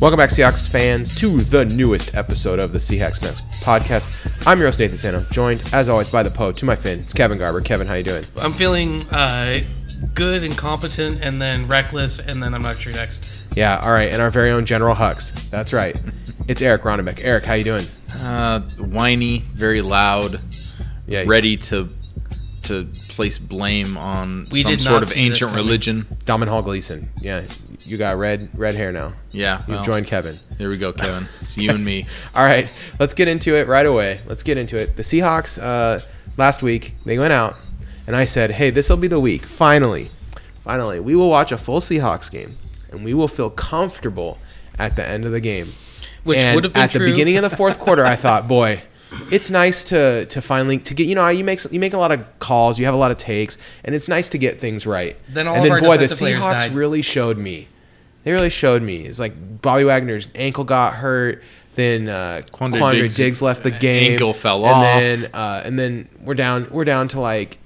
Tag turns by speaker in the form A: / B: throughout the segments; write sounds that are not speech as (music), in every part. A: Welcome back, Seahawks fans, to the newest episode of the Seahawks Next podcast. I'm your host Nathan Sano, joined as always by the Poe to my Finn. It's Kevin Garber. Kevin, how you doing?
B: I'm feeling uh, good and competent, and then reckless, and then I'm not sure next.
A: Yeah, all right, and our very own General Hux. That's right. It's Eric Ronnebeck. Eric, how you doing?
C: Uh, whiny, very loud,
A: Yeah,
C: ready to to place blame on
B: We
C: some
B: did
C: sort
B: not
C: of
B: see this
C: ancient
B: coming.
C: religion.
A: Domin Hall Gleason. Yeah, you got red red hair now.
C: Yeah,
A: You've
C: well,
A: joined Kevin.
C: There we go, Kevin. It's you
A: (laughs)
C: and me.
A: All right, let's get into it right away. Let's get into it. The Seahawks uh, last week they went out, and I said, "Hey, this will be the week. Finally, finally, we will watch a full Seahawks game, and we will feel comfortable at the end of the game."
B: Which
A: And
B: would have been
A: at
B: true.
A: the beginning of the fourth quarter. I
B: (laughs)
A: thought, "Boy, it's nice to to finally to get you know you make some- you make a lot of calls, you have a lot of takes, and it's nice to get things right."
B: Then all
A: and
B: of
A: then,
B: our
A: boy, the
B: defensive players
A: Seahawks
B: died.
A: really showed me. They really showed me. It's like Bobby Wagner's ankle got hurt. Then uh, Quandre,
C: Quandre
A: Diggs,
C: Diggs'
A: left the game.
C: ankle fell
A: and
C: off.
A: Then, uh, and then we're down. We're down to like.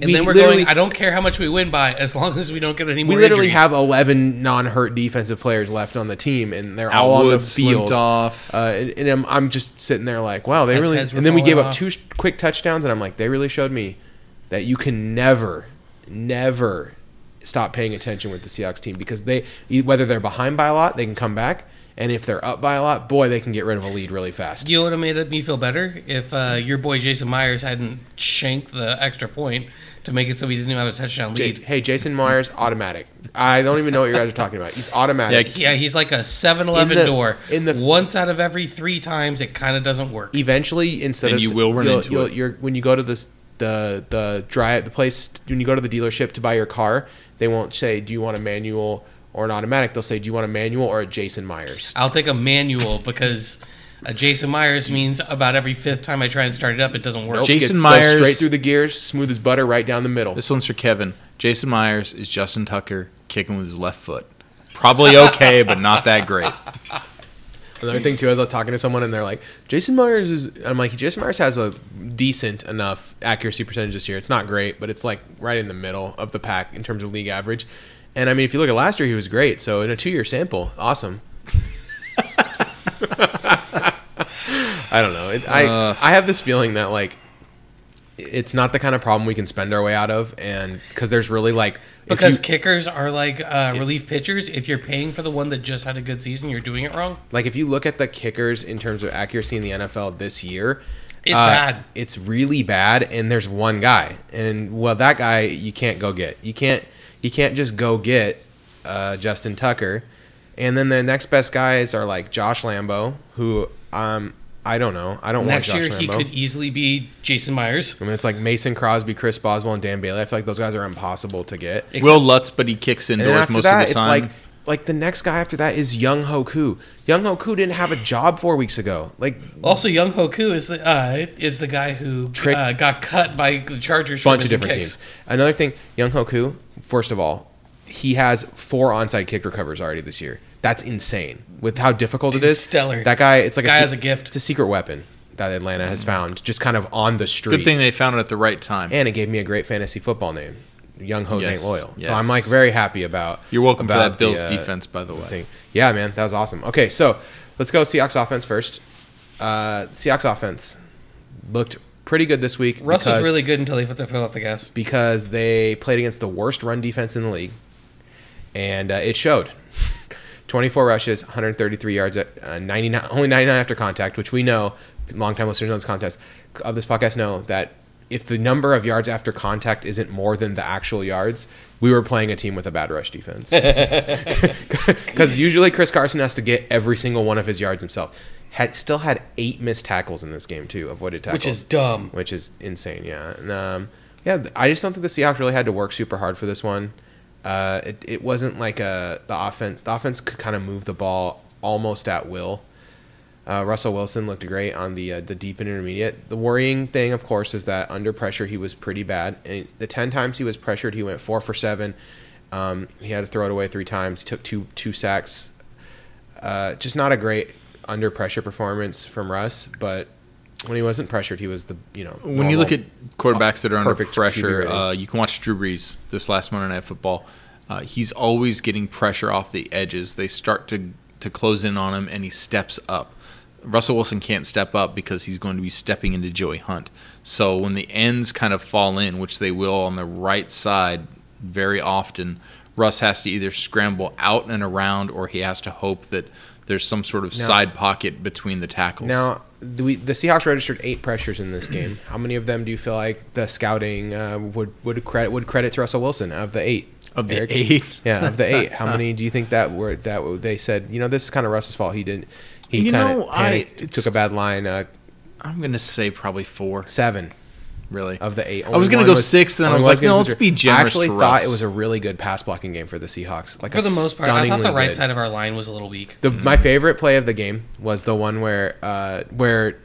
B: And then we're going. I don't care how much we win by, as long as we don't get any more.
A: We literally
B: injuries.
A: have eleven non-hurt defensive players left on the team, and they're all on the
C: Outwood
A: field.
C: slipped off.
A: Uh, and and I'm, I'm just sitting there like, wow, they
B: Heads-
A: really.
B: heads were
A: And then we gave
B: falling
A: up
B: off.
A: two sh- quick touchdowns, and I'm like, they really showed me that you can never, never stop paying attention with the Seahawks team because they, e- whether they're behind by a lot, they can come back, and if they're up by a lot, boy, they can get rid of a lead really fast.
B: You know what made me feel better? If uh, your boy Jason Myers hadn't shanked the extra point to make it so we didn't even have a touchdown
A: J-
B: lead.
A: hey, Jason Myers, automatic. I don't even know what you guys are talking about. He's automatic.
B: Yeah, he's like a
A: In the-
B: 7-Eleven door.
A: in the-
B: Once out of every three times, it kind of doesn't work.
A: Eventually, instead
C: And
A: of
C: you
A: s-
C: will run
A: you'll-
C: into
A: you'll-
C: it.
A: You're, when you go to the the the drive the place when you go to the dealership to buy your car, they won't say, "Do you want a manual or an automatic?" They'll say, "Do you want a manual or a Jason Myers?"
B: I'll take a manual because a Jason Myers means about every fifth time I try and start it up, it doesn't work.
C: Jason
A: goes
C: Myers-
A: straight through the gears, smooth as butter, right down the middle.
C: this one's for Kevin. Jason Myers is Justin Tucker kicking with his left foot. Probably okay, but not
A: (laughs)
C: that great.
A: Another thing too, as I was talking to someone and they're like, Jason Myers is. I'm like, Jason Myers has a decent enough accuracy percentage this year. It's not great, but it's like right in the middle of the pack in terms of league average. And I mean, if you look at last year, he was great. So in a two year sample, awesome. (laughs) I don't know. It, I
C: Uh.
A: I have this feeling that like it's not the kind of problem we can spend our way out of, and because there's really like if
B: Because
A: you-
B: kickers are like uh, relief pitchers. If you're paying for the one that just had a good season, you're doing it wrong.
A: Like if you look at the kickers in terms of accuracy in the NFL this year,
B: It's bad.
A: Uh, It's really bad, and there's one guy, and well, that guy you can't go get. You can't you can't just go get uh, Justin Tucker, and then the next best guys are like Josh Lambo, who um I don't know, I don't
B: Next
A: want
B: year,
A: Josh
B: he
A: Lambo.
B: could easily be Jason Myers.
A: I mean, it's like Mason Crosby, Chris Boswell, and Dan Bailey. I feel like those guys are impossible to get.
C: Will Lutz, but he kicks
A: And then
C: indoors
A: after
C: most
A: that,
C: of the
A: it's
C: time.
A: like like the next guy after that is Young Hoku. Young Hoku didn't have a job four weeks ago. Like
B: Also, Young Hoku is the uh, is the guy who
A: Trick-
B: uh, got cut by the Chargers. for
A: bunch of
B: missing
A: different
B: kicks.
A: teams. Another thing, Young Hoku, first of all, he has four onside kick recovers already this year. That's insane with how difficult it is.
B: stellar.
A: That guy, it's like
B: Guy
A: se-
B: has a gift. Mm-hmm.
A: It's a secret weapon that Atlanta has found, just kind of on the street.
C: Good thing they found it at the right time.
A: And it gave me a great fantasy football name, Young Hose
C: Yes,
A: Ain't Loyal.
C: yes.
A: So I'm like very happy about.
C: You're welcome for
A: about
C: that Bills
A: the, uh,
C: defense, by the way.
A: thing. Yeah, man, that was awesome. Okay, so let's go Seahawks offense first. Uh, Seahawks offense looked pretty good this week.
B: Russ was
A: because-
B: really good until he put the fill out the gas.
A: because they played against the worst run defense in the league, and uh, it showed. 24 rushes, 133 yards, at, uh, 99, only 99 after contact, which we know, longtime listeners of this contest of this podcast know that if the number of yards after contact isn't more than the actual yards, we were playing a team with a bad rush
B: (laughs)
A: defense. (laughs) Because usually Chris Carson has to get every single one of his yards himself. Had still had eight missed tackles in this game too, avoided tackles,
B: Which is dumb.
A: which is insane. Yeah, and, um, yeah. th- I just don't think the Seahawks really had to work super hard for this one. Uh, it, it wasn't like a the offense. The offense could kind of move the ball almost at will. Uh, Russell Wilson looked great on the uh, the deep and intermediate. The worrying thing, of course, is that under pressure he was pretty bad. And the ten times he was pressured, he went four for seven. Um, he had to throw it away three times. He took two two sacks. Uh, just not a great under pressure performance from Russ. But when he wasn't pressured, he was the you know
C: when you look at
A: normal-
C: quarterbacks that are under
A: perfect QB
C: pressure,
A: rating.
C: uh, you can watch Drew Brees this last Monday Night Football. Uh, he's always getting pressure off the edges. They start to to close in on him, and he steps up. Russell Wilson can't step up because he's going to be stepping into Joey Hunt. So when the ends kind of fall in, which they will on the right side very often, Russ has to either scramble out and around or he has to hope that there's some sort of
A: Now-
C: side pocket between the tackles.
A: Now, do we, the Seahawks registered eight pressures in
C: (clears throat)
A: this game. How many of them do you feel like the scouting uh, would would credit would credit to Russell Wilson of the eight?
C: of the
A: Eric?
C: eight,
A: Yeah, of the eight.
C: (laughs)
A: How many do you think that were that were- they said? You know, this is kind of Russ's fault. He didn't. He
C: You
A: kind
C: know,
A: of
C: I-
A: took
C: it's-
A: a bad line. Uh,
C: I'm going to say probably four,
A: seven
C: really.
A: of the eight.
C: I was gonna
A: one
C: go six, then I
A: only
C: was
A: one
C: like, no,
A: gonna
C: let's be generous
A: I actually
C: to
A: thought
C: Russ.
A: it was a really good pass blocking game for the Seahawks. Like
B: For
A: a
B: the most part, I thought the
A: stunningly
B: right
A: good.
B: side of our line was a little weak.
A: The,
C: Mm-hmm.
A: My favorite play of the game was the one where, uh, where,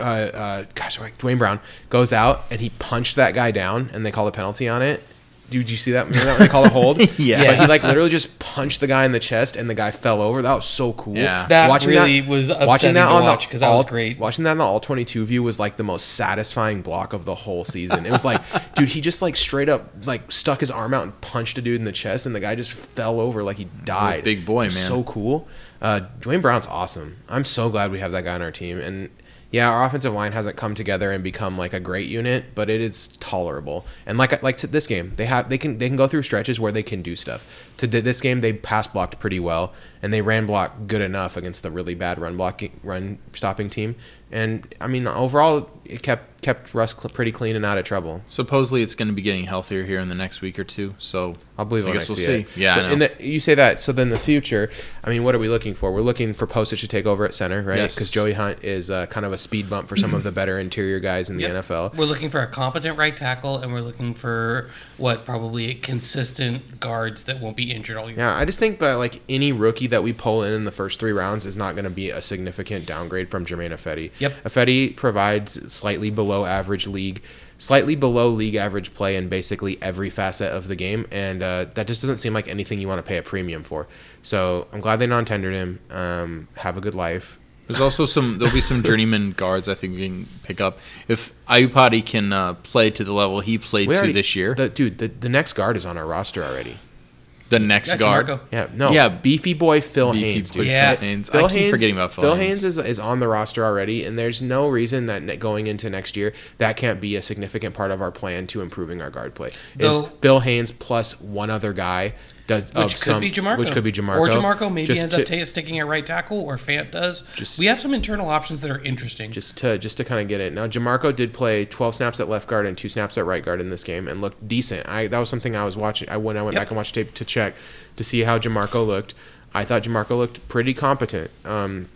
A: uh, uh, gosh, like Dwayne Brown goes out and he punched that guy down, and they call a penalty on it. Dude, you see that? Remember that when they call it hold?
C: (laughs) Yes.
A: But he like literally just punched the guy in the chest, and the guy fell over. That was so cool.
C: Yeah.
B: That really was upsetting to watch 'cause that was
A: all-
B: great.
A: Watching that on the all twenty two view was like the most satisfying block of the whole season. It was like, (laughs) dude, he just like straight up like stuck his arm out and punched a dude in the chest, and the guy just fell over like he died.
C: big boy,
A: It was
C: man.
A: So cool. Uh, Dwayne Brown's awesome. I'm so glad we have that guy on our team. And yeah, our offensive line hasn't come together and become like a great unit, but it is tolerable. And like like to this game, they have they can they can go through stretches where they can do stuff. To th- this game, they pass blocked pretty well and they ran block good enough against the really bad run blocking run stopping team. And I mean, overall, it kept kept Russ cl- pretty clean and out of trouble.
C: Supposedly it's going to be getting healthier here in the next week or two. So
A: I'll believe it
C: I
A: when
C: guess
A: I
C: we'll
A: see,
C: see.
A: it.
C: Yeah, I
A: But in
C: know.
A: the, you say that. So then the future. I mean, what are we looking for? We're looking for Postage to take over at center, right?
C: Yes.
A: Because Joey Hunt is uh, kind of a speed bump for some of the (laughs) better interior guys in the
B: Yep.
A: NFL.
B: We're looking for a competent right tackle, and we're looking for what probably consistent guards that won't be injured all year.
A: Yeah, I just think that like any rookie that we pull in in the first three rounds is not going to be a significant downgrade from Jermaine Effetti.
B: Yep.
A: Effetti provides slightly below average league, slightly below league average play in basically every facet of the game, and uh, that just doesn't seem like anything you want to pay a premium for. So I'm glad they non-tendered him. Um, have a good life.
C: There's also some. There'll be
A: (laughs)
C: some journeyman guards. I think we can pick up if Ayupati can uh, play to the level he played
A: We
C: to
A: already-
C: this year. The,
A: The, dude, the, the next guard is on our roster already.
C: next
B: Yeah,
C: guard.
B: DeMarco.
A: Yeah, no.
C: Yeah.
A: beefy boy Phil
C: Beefy
A: Haynes,
C: boy
A: dude.
B: Yeah.
C: Phil Haynes.
A: Phil
C: I keep
A: Haynes-
C: forgetting about Phil, Haynes.
A: is, is on the roster already, and there's no reason that ne- going into next year that can't be a significant part of our plan to improving our guard play. Is
B: Though-
A: Phil Haynes plus one other guy, does, of
B: Which could
A: some-
B: be Jamarco.
A: which could be Jamarco,
B: Or Jamarco maybe
A: just
B: ends
A: to,
B: up ta sticking at right tackle, or Fant does.
C: Just-
B: we have some internal options that are interesting.
A: just to just to kind of get it. Now Jamarco did play 12 snaps at left guard and two snaps at right guard in this game and looked decent. I that was something I was watching. I when I went
B: Yep.
A: back and watched tape to check to see how Jamarco looked. I thought Jamarco looked pretty competent. Um,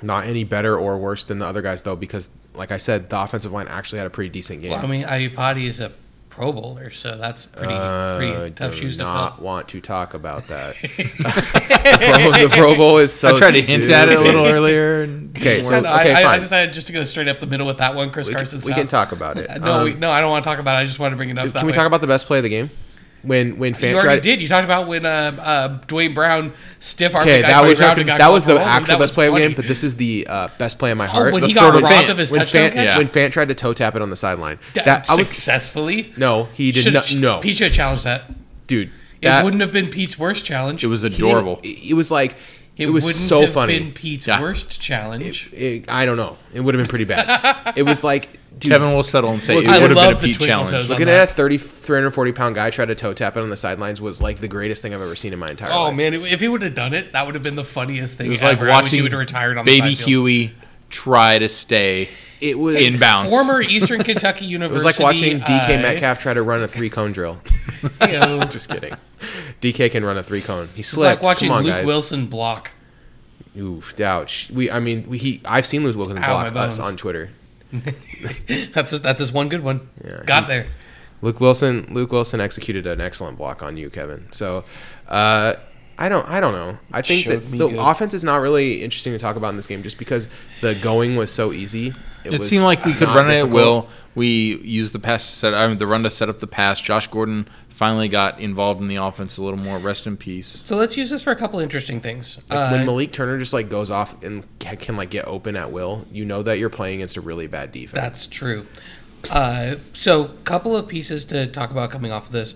A: not any better or worse than the other guys though, because like I said, the offensive line actually had a pretty decent game.
B: well, I mean, Ayupati is a Pro Bowler, so that's pretty,
A: Uh,
B: pretty tough
A: do
B: shoes to
A: not
B: fill.
A: want to talk about
B: (laughs)
A: that. Pro- the Pro Bowl is so.
C: I tried to hint at it a
A: stupid.
C: little earlier. And
A: (laughs) Okay, so
B: And I-
A: okay,
B: I, I
A: fine.
B: decided just to go straight up the middle with that one, Chris
A: we, can,
B: Carson.
A: we
B: style.
A: can talk about it.
B: No,
A: Um,
B: we, no, I don't want to talk about it. I just want to bring it up. that
A: Can we
B: way.
A: talk about the best play of the game? When when
B: You
A: Fant
B: already
A: tried
B: did. You talked about when uh, uh, Dwayne Brown stiff armed
A: Okay,
B: the guy
A: that
B: Dwayne
A: was
B: Brown and got
A: that was the
B: overruled.
A: actual
B: That was
A: best play of the
B: funny. Oh,
A: game, but this is the uh, best play in my heart.
B: when
A: The
B: he got
A: third
B: robbed
A: one.
B: of his
A: when
B: touchdown
A: Fant,
B: catch?
A: when Fant tried to toe tap it on the sideline.
B: That-
A: That I was
B: successfully.
A: no, he did
B: Should-
A: not.
B: should-
A: No,
B: Pete should have challenged that.
A: dude,
B: It
A: that-
B: wouldn't have been Pete's worst challenge.
C: it was
A: he didn't-
C: adorable.
A: It, was like it, was so funny.
B: been Pete's
C: Yeah.
B: worst challenge.
A: It- I don't know. It would have been pretty bad. it was
B: (laughs)
A: like dude,
C: Kevin will settle and say
A: Look,
C: it
A: I
C: would have been a
B: love the
C: Pete
B: twinkle
C: challenge.
B: toes.
A: Looking
B: on
A: at
B: that.
A: a 30, 340 pound guy try to toe tap it on the sidelines was like the greatest thing I've ever seen in my entire
B: oh
A: life.
B: man, if he would have done it, that would have been the funniest thing.
C: It was like
B: ever. I wish he
C: watching
B: would have retired on
C: Baby
B: the side field.
C: Huey try to stay
A: It was
C: inbounds.
A: (laughs)
B: Former Eastern Kentucky
A: It
B: University.
A: was like watching DK
B: uh, (laughs)
A: Metcalf try to run a three cone drill.
B: you
A: (laughs)
B: know, it's
A: Just kidding. DK can run a three cone. He slipped.
B: like watching
A: Come on,
B: Luke
A: guys.
B: Wilson block.
A: Oof, ouch. We, I mean, we, he. I've seen Luke Wilson
B: Ow, my
A: block us
B: bones.
A: on Twitter.
B: That's his, that's his one good one.
A: Yeah,
B: Got
A: he's-
B: there.
A: Luke Wilson. Luke Wilson executed an excellent block on you, Kevin. So, uh, I don't. I don't know. I think
B: showed
A: that
B: me
A: the
B: good.
A: offense is not really interesting to talk about in this game, just because the going was so easy.
C: It
A: was
C: seemed like we could
A: not
C: run it at
A: difficult.
C: will. We used the pass to set. I mean, the run to set up the pass. Josh Gordon finally got involved in the offense a little more. Rest in peace.
B: So let's use this for a couple interesting things.
A: Like, when
B: Uh,
A: Malik Turner just like goes off and can, can like get open at will, you know that you're playing against a really bad defense.
B: That's true. Uh, so, couple of pieces to talk about coming off of this.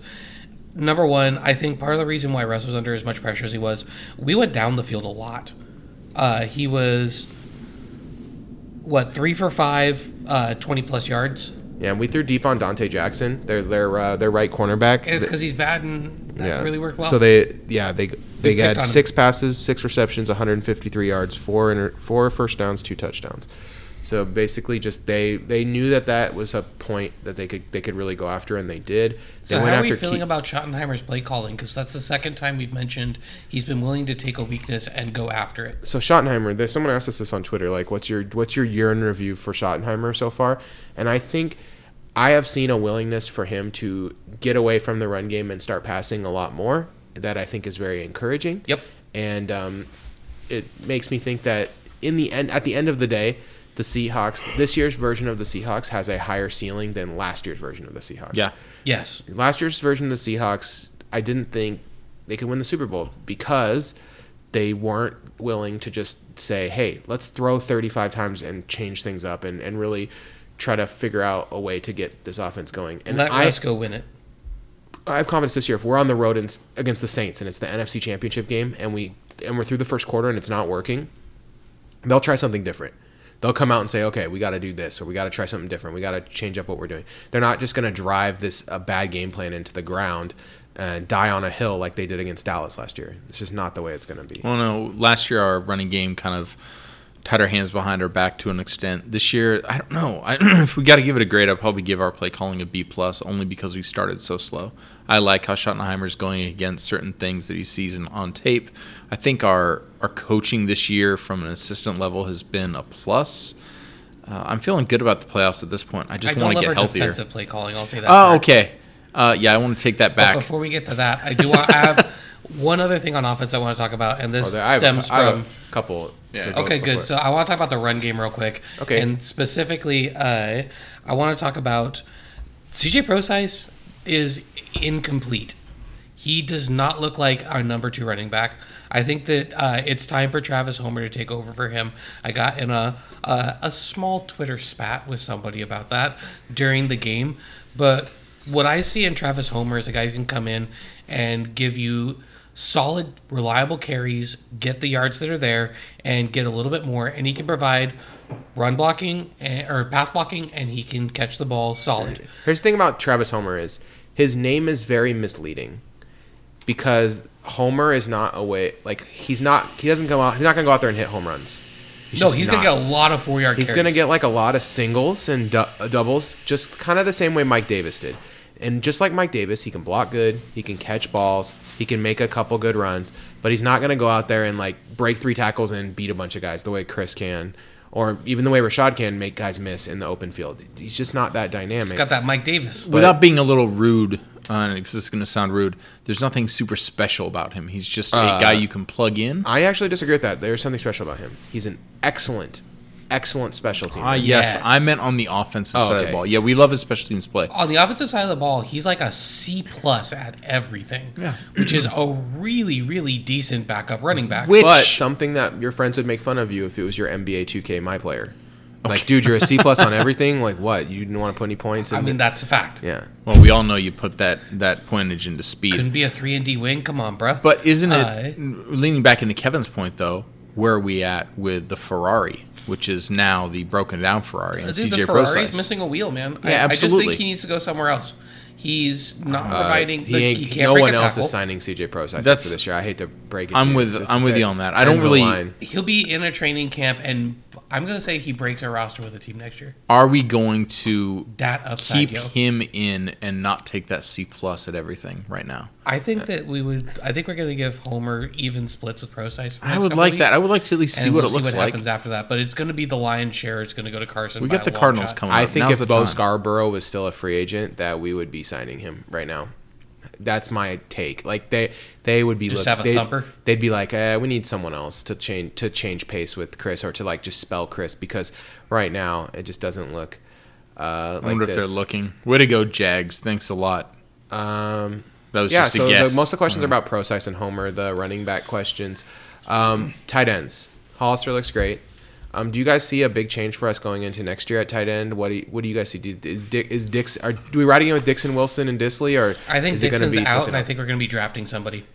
B: Number one, I think part of the reason why Russ was under as much pressure as he was, we went down the field a lot. Uh, he was, what, three for five, uh, 20 plus yards?
A: Yeah, and we threw deep on Dante Jackson, their their uh, their right cornerback.
B: And it's because he's bad and that
A: yeah.
B: really worked well.
A: So they yeah they they
B: picked
A: got
B: on him.
A: six passes, six receptions, 153 yards, four inter, four first downs, two touchdowns. So basically, just they they knew that that was a point that they could they could really go after, and they did. They
B: So how are we
A: Ke-
B: feeling about Schottenheimer's play calling? Because that's the second time we've mentioned he's been willing to take a weakness and go after it.
A: so Schottenheimer. There's someone asked us this on Twitter, like, what's your what's your year in review for Schottenheimer so far? And I think I have seen a willingness for him to get away from the run game and start passing a lot more. That I think is very encouraging.
B: Yep.
A: And um, it makes me think that in the end, at the end of the day, the Seahawks, this year's version of the Seahawks has a higher ceiling than last year's version of the Seahawks.
C: Yeah.
B: Yes.
A: Last year's version of the Seahawks, I didn't think they could win the Super Bowl because they weren't willing to just say, hey, let's throw 35 times and change things up and, and really try to figure out a way to get this offense going. And
B: Let
A: I,
B: Russ go win it.
A: I have confidence this year. If we're on the road and, s- against the Saints and it's the NFC Championship game and we and we're through the first quarter and it's not working, they'll try something different. They'll come out and say, "Okay, we got to do this, or we got to try something different. We got to change up what we're doing." They're not just going to drive this a bad game plan into the ground and die on a hill like they did against Dallas last year. It's just not the way it's going to be.
C: Well, no, last year our running game kind of tied our hands behind our back to an extent. This year, I don't know. I, (clears throat) if we got to give it a grade, I'd probably give our play calling a B plus, only because we started so slow. I like how Schottenheimer's going against certain things that he sees in, on tape. I think our our coaching this year from an assistant level has been a plus. Uh, I'm feeling good about the playoffs at this point. I
B: I
C: just
B: don't
C: want to
B: love our
C: get healthier.
B: defensive play calling. I'll say that.
C: Oh,
B: first.
C: okay. Uh, yeah, I want to take that
B: But (laughs)
C: back.
B: before we get to that, I do want I
A: (laughs)
B: have one other thing on offense I want to talk about, and this
A: Although Oh, I have a-
B: stems
A: I have
B: from.
A: a couple.
C: Yeah.
A: so go
B: Okay,
A: before-
B: good. So I want to talk about the run game real quick.
A: Okay.
B: And specifically, uh, I want to talk about CJ Procise is incomplete. He does not look like our number two running back. I think that uh, it's time for Travis Homer to take over for him. I got in a, a a small Twitter spat with somebody about that during the game, but what I see in Travis Homer is a guy who can come in and give you solid, reliable carries, get the yards that are there, and get a little bit more. And he can provide run blocking eh, or pass blocking, and he can catch the ball solid.
A: Here's the thing about Travis Homer is his name is very misleading because Homer is not a way like he's not he doesn't come out he's not gonna go out there and hit home runs.
B: no,
A: just
B: he's
A: not.
B: gonna get a lot of four yard.
A: He's going to get like a lot of singles and du- uh, doubles, just kind of the same way Mike Davis did. And just like Mike Davis, he can block good, he can catch balls, he can make a couple good runs, but he's not going to go out there and like break three tackles and beat a bunch of guys the way Chris can, or even the way Rashad can make guys miss in the open field. He's just not that dynamic.
B: He's got that Mike Davis.
C: Without being a little rude, uh, because this is going to sound rude, there's nothing super special about him. He's just a
A: Uh,
C: guy you can plug in.
A: I actually disagree with that. There's something special about him. He's an excellent, excellent special teamer.
C: Ah, yes,
B: yes.
C: I meant on the offensive
A: Oh,
C: side of
A: okay.
C: the ball. Yeah, we love his special teams play.
B: on the offensive side of the ball, he's like a C plus at everything.
C: Yeah.
B: Which is a really, really decent backup running back.
C: Which
A: but something that your friends would make fun of you if it was your NBA 2K my player. Like, dude, you're a
C: (laughs)
A: C plus on everything. Like, what? You didn't want to put any points in?
B: I mean,
A: the-
B: that's a fact.
A: yeah.
C: well, we all know you put that that pointage into speed.
B: Couldn't be a three and D wing. Come on, bruh.
C: but isn't
B: Aye.
C: it leaning back into Kevin's point though? Where are we at with the Ferrari, which is now the broken down Ferrari and
B: Dude,
C: CJ
B: the Ferrari's
C: Procise?
B: missing a wheel, man. I,
C: Yeah,
B: I just
C: absolutely. Uh,
B: think he needs to go somewhere else. He's not providing.
A: he
B: the,
A: ain't,
B: he can't
A: no
B: break
A: one
B: a
A: else
B: tackle.
A: is signing CJ Procise for
C: That's-
A: this year. I hate to break it.
C: I'm
A: to you.
C: with-
A: This
C: I'm
A: is
C: with
A: the
C: you on that. I don't
A: end of the
C: really-
A: line.
B: He'll be in a training camp, and I'm gonna say he breaks our roster with the team next year.
C: Are we going to
B: That upside,
C: keep
B: yo.
C: him in and not take that C plus at everything right now?
B: I think that we would. I think we're gonna give Homer even splits with Procise.
C: I would like that. I would like to at least see
B: and
C: what
B: we'll
C: it looks
B: see what
C: like.
B: happens after that. But it's going to be the lion's share. It's going to go to Carson.
C: We
B: by
C: got
B: a
C: the
B: long
C: Cardinals
B: shot.
C: coming.
A: I
C: up.
A: think
C: Now's the
A: if Bo
C: time.
A: Scarborough was still a free agent, that we would be signing him right now. That's my take. Like they, they would be
B: Just
A: look-
B: have a
A: they'd,
B: thumper?
A: They'd be like, eh, we need someone else to change to change pace with Chris or to like just spell Chris because right now it just doesn't look. Uh,
C: I wonder
A: like
C: if
A: this.
C: they're looking. Way to go, Jags! Thanks a lot.
A: Um,
C: That was
A: yeah,
C: just a
A: so the-
C: guess.
A: most of the questions are about Procise and Homer, the running back questions. Um, tight ends. Hollister looks great. Um, do you guys see a big change for us going into next year at tight end? What do you, what do you guys see? Do, is Dick is Dix? Are do we riding in with Dixon Wilson and Disley, or
B: I think
A: is
B: Dixon's out,
A: something
B: and I
A: else?
B: think we're going to be drafting somebody.